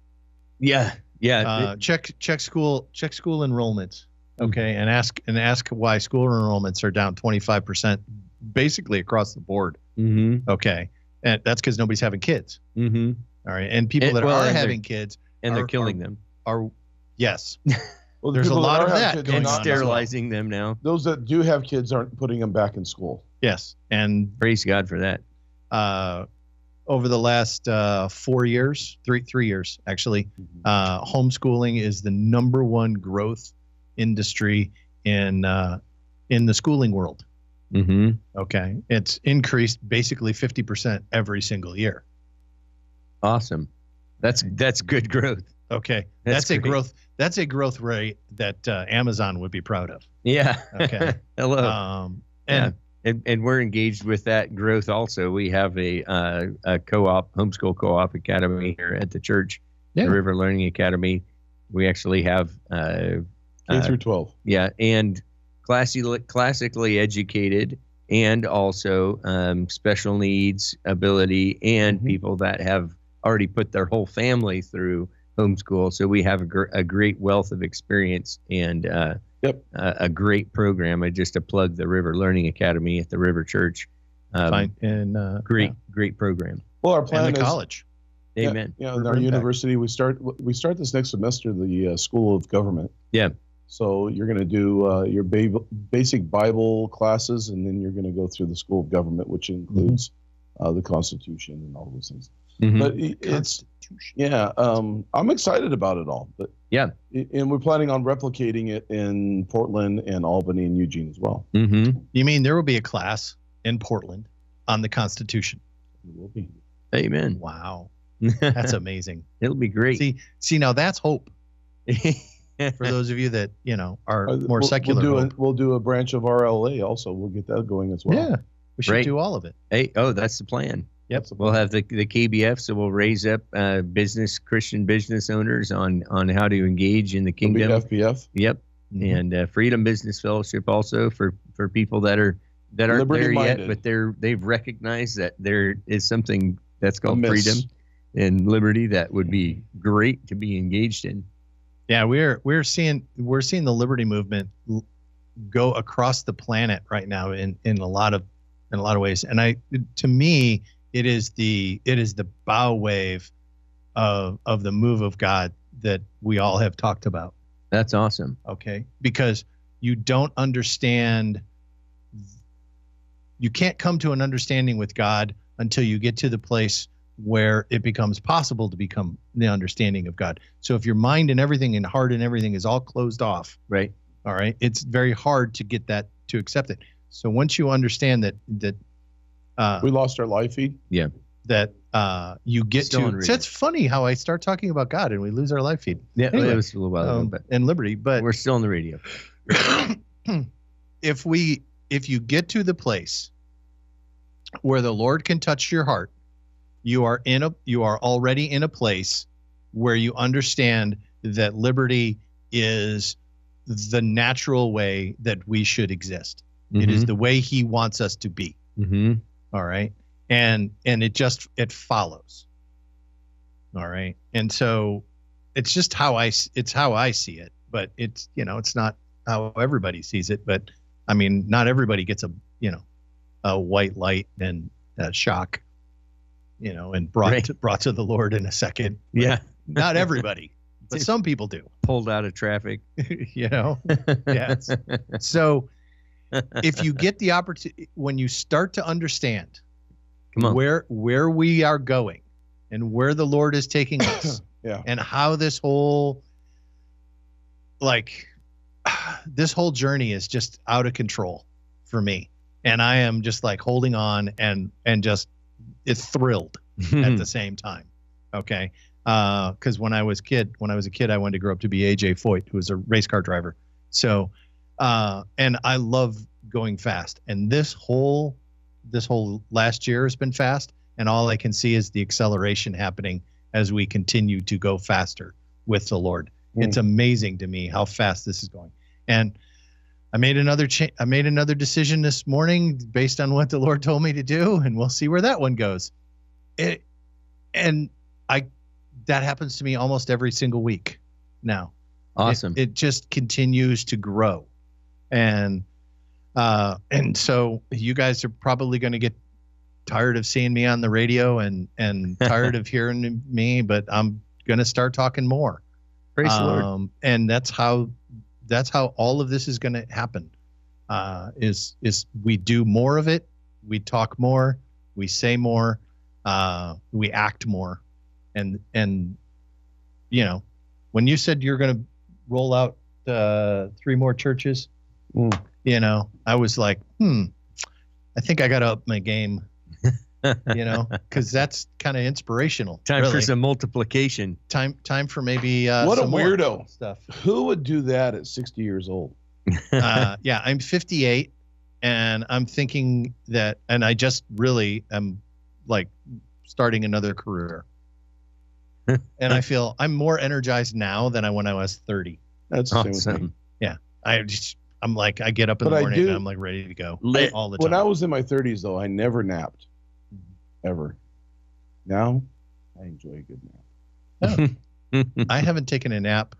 [SPEAKER 3] yeah. Yeah.
[SPEAKER 4] Uh, check check school check school enrollments. Okay, and ask and ask why school enrollments are down twenty five percent, basically across the board.
[SPEAKER 3] mm-hmm.
[SPEAKER 4] Okay, and that's because nobody's having kids.
[SPEAKER 3] Mm-hmm.
[SPEAKER 4] All right, and people
[SPEAKER 3] And-
[SPEAKER 4] that
[SPEAKER 3] well,
[SPEAKER 4] are
[SPEAKER 3] and they're-
[SPEAKER 4] having kids
[SPEAKER 3] And they're
[SPEAKER 4] Are-
[SPEAKER 3] killing them
[SPEAKER 4] are yes,
[SPEAKER 2] Well,
[SPEAKER 4] There's a
[SPEAKER 2] people
[SPEAKER 4] lot
[SPEAKER 2] are
[SPEAKER 4] of
[SPEAKER 2] having
[SPEAKER 4] that
[SPEAKER 2] kids are
[SPEAKER 4] going
[SPEAKER 3] and
[SPEAKER 4] on
[SPEAKER 2] not-
[SPEAKER 4] as well.
[SPEAKER 3] sterilizing them now.
[SPEAKER 2] Those that do have kids aren't putting them back in school.
[SPEAKER 4] yes, and
[SPEAKER 3] Praise God for that.
[SPEAKER 4] uh, over the last uh, four years, three three years actually,
[SPEAKER 3] Mm-hmm.
[SPEAKER 4] uh, homeschooling is the number one growth industry in uh, in the schooling world.
[SPEAKER 3] Mm-hmm.
[SPEAKER 4] Okay, it's increased basically fifty percent every single year.
[SPEAKER 3] Awesome. That's that's good growth.
[SPEAKER 4] Okay,
[SPEAKER 3] That's
[SPEAKER 4] that's, a
[SPEAKER 3] great.
[SPEAKER 4] growth. That's a growth rate that uh, Amazon would be proud of.
[SPEAKER 3] Yeah.
[SPEAKER 4] Okay.
[SPEAKER 3] Hello.
[SPEAKER 4] Um, and
[SPEAKER 3] and, and we're engaged with that growth also. We have a uh, a co-op homeschool co-op academy here at the church,
[SPEAKER 4] Yeah.
[SPEAKER 3] the River Learning Academy. We actually have uh,
[SPEAKER 2] K
[SPEAKER 3] Uh,
[SPEAKER 2] through 12.
[SPEAKER 3] yeah, and classically classically educated, and also um, special needs ability, and
[SPEAKER 4] Mm-hmm.
[SPEAKER 2] Mhm.
[SPEAKER 3] people that have already put their whole family through homeschool. So we have a, gr- a great wealth of experience and uh,
[SPEAKER 2] Yep.
[SPEAKER 3] a, a great program. I just to plug the River Learning Academy at the River Church. Um,
[SPEAKER 4] fine. And uh,
[SPEAKER 3] Great, great program.
[SPEAKER 2] Well, our
[SPEAKER 4] yeah.
[SPEAKER 2] plan
[SPEAKER 4] and the
[SPEAKER 2] is
[SPEAKER 4] college.
[SPEAKER 2] Yeah,
[SPEAKER 3] Amen.
[SPEAKER 2] Yeah, in
[SPEAKER 4] for
[SPEAKER 2] our
[SPEAKER 4] impact.
[SPEAKER 2] university, we start we start this next semester the uh, School of Government.
[SPEAKER 3] Yeah.
[SPEAKER 2] So you're going to do uh, your ba- basic Bible classes, and then you're going to go through the School of Government, which includes
[SPEAKER 4] Mm-hmm.
[SPEAKER 2] uh, the Constitution and all those things.
[SPEAKER 3] Mhm.
[SPEAKER 2] But i- it's
[SPEAKER 4] Constitution.
[SPEAKER 2] yeah, um, I'm excited about it all. But
[SPEAKER 3] Yeah.
[SPEAKER 2] i- and we're planning on replicating it in Portland and Albany and Eugene as well.
[SPEAKER 3] Mhm.
[SPEAKER 4] You mean there will be a class in Portland on the Constitution?
[SPEAKER 2] It will be.
[SPEAKER 3] Amen.
[SPEAKER 4] Wow, that's amazing.
[SPEAKER 3] It'll be Hmm. great.
[SPEAKER 4] see, see, now that's hope for those of you that you know are
[SPEAKER 2] Uh,
[SPEAKER 4] more
[SPEAKER 2] we'll,
[SPEAKER 4] secular.
[SPEAKER 2] We'll do,
[SPEAKER 4] hope.
[SPEAKER 2] a, we'll do a branch of RLA also. We'll get that going as well.
[SPEAKER 4] yeah, we should
[SPEAKER 3] Great.
[SPEAKER 4] do all of it.
[SPEAKER 3] hey, oh, that's the plan.
[SPEAKER 4] Yep.
[SPEAKER 3] We'll have the, the KBF, so we'll raise up uh, business Christian business owners on on how to engage in the
[SPEAKER 2] It'll be
[SPEAKER 3] kingdom.
[SPEAKER 2] FBF.
[SPEAKER 3] Yep,
[SPEAKER 4] Mm-hmm.
[SPEAKER 3] and uh, Freedom Business Fellowship also for for people that are that aren't there
[SPEAKER 2] Liberty-minded.
[SPEAKER 3] yet, but they're they've recognized that there is something that's called
[SPEAKER 2] Amiss.
[SPEAKER 3] freedom and liberty that would be great to be engaged in.
[SPEAKER 4] Yeah, we're we're seeing we're seeing the liberty movement l- go across the planet right now in in a lot of in a lot of ways. And I to me it is the it is the bow wave of of the move of God that we all have talked about,
[SPEAKER 3] That's awesome.
[SPEAKER 4] okay? Because you don't understand you can't come to an understanding with God until you get to the place where it becomes possible to become the understanding of God. So if your mind and everything and heart and everything is all closed off,
[SPEAKER 3] Right.
[SPEAKER 4] all right, it's very hard to get that to accept it. So once you understand that that uh,
[SPEAKER 2] We lost our live feed.
[SPEAKER 4] that uh, you get
[SPEAKER 3] Still
[SPEAKER 4] to
[SPEAKER 3] unreal.
[SPEAKER 4] so it's funny how I start talking about God and we lose our life feed
[SPEAKER 3] Yeah,
[SPEAKER 4] Anyway,
[SPEAKER 3] it was a little while ago,
[SPEAKER 4] um,
[SPEAKER 3] but
[SPEAKER 4] and liberty, but
[SPEAKER 3] we're still on the radio.
[SPEAKER 4] if we if you get to the place where the lord can touch your heart you are in a you are already in a place where you understand that liberty is the natural way that we should exist It is the way he wants us to be
[SPEAKER 3] Mm-hmm.
[SPEAKER 4] all right and and it just it follows all right and so it's just how i s- it's how i see it but it's you know it's not how everybody sees it but i mean not everybody gets a you know a white light and a shock you know and brought
[SPEAKER 3] Right.
[SPEAKER 4] to, brought to the lord in a second
[SPEAKER 3] Yeah.
[SPEAKER 4] not everybody but some people do
[SPEAKER 3] Pulled out of traffic.
[SPEAKER 4] you know Yes. so if you get the opportunity when you start to understand
[SPEAKER 3] Come on.
[SPEAKER 4] where where we are going and where the lord is taking us
[SPEAKER 2] Yeah.
[SPEAKER 4] and how this whole like this whole journey is just out of control for me and i am just like holding on and and just it's thrilled at the same time okay because when i was kid when i was a kid i wanted to grow up to be aj foyt who was a race car driver so uh and i love going fast and this whole this whole last year has been fast and all i can see is the acceleration happening as we continue to go faster with the lord
[SPEAKER 2] Mm.
[SPEAKER 4] it's amazing to me how fast this is going and i made another cha- i made another decision this morning based on what the lord told me to do and we'll see where that one goes it and i that happens to me almost every single week now
[SPEAKER 3] awesome.
[SPEAKER 4] it, it just continues to grow and uh and so you guys are probably going to get tired of seeing me on the radio and and tired of hearing me, but I'm gonna start talking more.
[SPEAKER 3] Praise the Lord.
[SPEAKER 4] Um, and that's how that's how all of this is going to happen. Uh, is is we do more of it, we talk more, we say more, uh, we act more, and and you know, when you said you're going to roll out uh, three more churches,
[SPEAKER 2] Mm.
[SPEAKER 4] you know, I was like, hmm, I think I got to up my game, you know, because that's kind of inspirational.
[SPEAKER 3] Time for
[SPEAKER 4] really.
[SPEAKER 3] some multiplication.
[SPEAKER 4] time time for maybe uh,
[SPEAKER 2] what a
[SPEAKER 4] some more
[SPEAKER 2] weirdo.
[SPEAKER 4] stuff.
[SPEAKER 2] Who would do that at 60 years old?
[SPEAKER 4] uh, yeah, I'm 58, and I'm thinking that, and I just really am like starting another career. and I feel I'm more energized now than I when I was 30.
[SPEAKER 2] That's the same with me.
[SPEAKER 3] Awesome.
[SPEAKER 4] I just I'm like I get up in
[SPEAKER 2] But
[SPEAKER 4] the
[SPEAKER 2] I
[SPEAKER 4] morning
[SPEAKER 2] do-
[SPEAKER 4] and I'm like ready to go
[SPEAKER 3] Lit.
[SPEAKER 4] all the time.
[SPEAKER 2] When I was in my 30s, though, I never napped, ever. Now, I enjoy a good nap.
[SPEAKER 3] oh.
[SPEAKER 4] I haven't taken a nap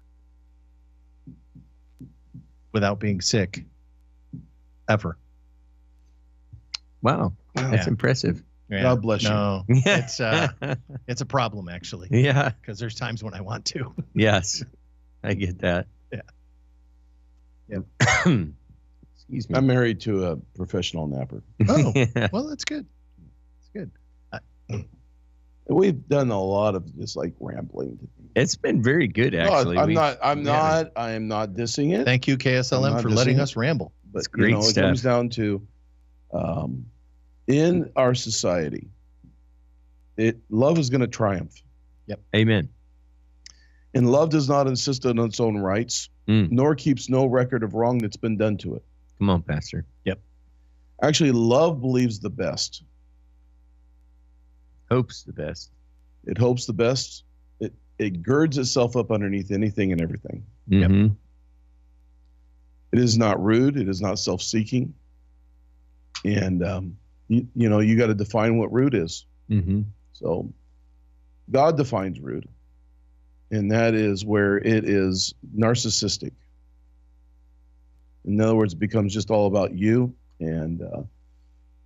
[SPEAKER 4] without being sick ever.
[SPEAKER 3] wow, that's
[SPEAKER 4] Yeah.
[SPEAKER 3] impressive.
[SPEAKER 4] Yeah.
[SPEAKER 2] God bless you.
[SPEAKER 4] No, It's, uh, it's a problem actually
[SPEAKER 3] yeah.
[SPEAKER 4] because there's times when I want to.
[SPEAKER 3] Yes, I get that.
[SPEAKER 4] Yeah.
[SPEAKER 3] Yep. Excuse me.
[SPEAKER 2] I'm married to a professional napper.
[SPEAKER 4] Oh.
[SPEAKER 3] Yeah.
[SPEAKER 4] well, that's good. That's good.
[SPEAKER 2] We've done a lot of just like rambling.
[SPEAKER 3] It's been very good,
[SPEAKER 2] No,
[SPEAKER 3] actually.
[SPEAKER 2] I'm
[SPEAKER 3] We-
[SPEAKER 2] not. I'm
[SPEAKER 3] we
[SPEAKER 2] not. I am not dissing it.
[SPEAKER 4] Thank you,
[SPEAKER 2] I'm
[SPEAKER 4] KSLM,
[SPEAKER 2] not
[SPEAKER 4] for letting
[SPEAKER 2] dissing.
[SPEAKER 4] us ramble.
[SPEAKER 2] but
[SPEAKER 3] It's great
[SPEAKER 2] you know,
[SPEAKER 3] stuff.
[SPEAKER 2] it comes down to um, in our society, it love is going to triumph,
[SPEAKER 3] Amen.
[SPEAKER 2] and love does not insist on its own rights,
[SPEAKER 3] Mm.
[SPEAKER 2] nor keeps no record of wrong that's been done to it.
[SPEAKER 3] Come on, Pastor.
[SPEAKER 2] Actually, love believes the best.
[SPEAKER 3] Hope's the best.
[SPEAKER 2] It hopes the best. It it girds itself up underneath anything and everything.
[SPEAKER 3] Mhm.
[SPEAKER 2] It is not rude. It is not self-seeking. And um, you, you know, you got to define what rude is.
[SPEAKER 3] Mhm.
[SPEAKER 2] So God defines rude, and that is where it is narcissistic. In other words, it becomes just all about you, and uh,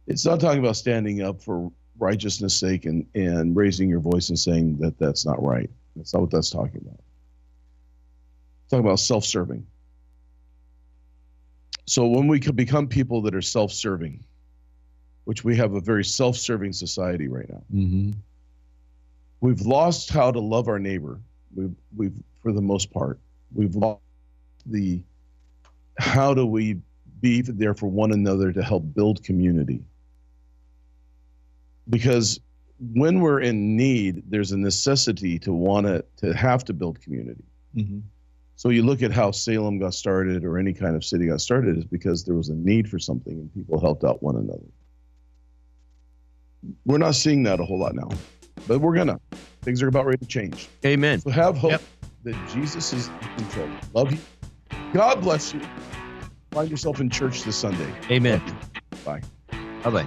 [SPEAKER 2] it's not talking about standing up for righteousness' sake and, and raising your voice and saying that that's not right. That's not what that's talking about. It's talking about self serving. So when we can become people that are self serving, which we have a very self serving society right now
[SPEAKER 3] Mhm.
[SPEAKER 2] we've lost how to love our neighbor. We've, we've for the most part, we've lost the how do we be there for one another to help build community. Because when we're in need, there's a necessity to want to to have to build community. So you look at how Salem got started, or any kind of city got started, is because there was a need for something, and people helped out one another. We're not seeing that a whole lot now, but we're gonna. Things are about ready to change.
[SPEAKER 3] Amen.
[SPEAKER 2] So have hope
[SPEAKER 4] Yep.
[SPEAKER 2] that Jesus is in control. Love you. God bless you. Find yourself in church this Sunday.
[SPEAKER 3] Amen.
[SPEAKER 2] Bye.
[SPEAKER 3] Bye bye.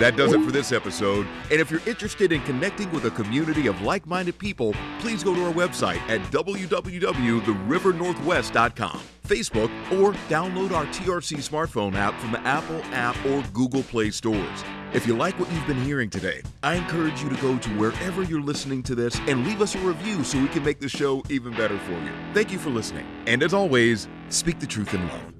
[SPEAKER 1] That does it for this episode. And if you're interested in connecting with a community of like minded people, please go to our website at www.therivernorthwest.com, Facebook, or download our TRC smartphone app from the Apple App or Google Play stores. If you like what you've been hearing today, I encourage you to go to wherever you're listening to this and leave us a review so we can make the show even better for you. Thank you for listening. And as always, speak the truth in love.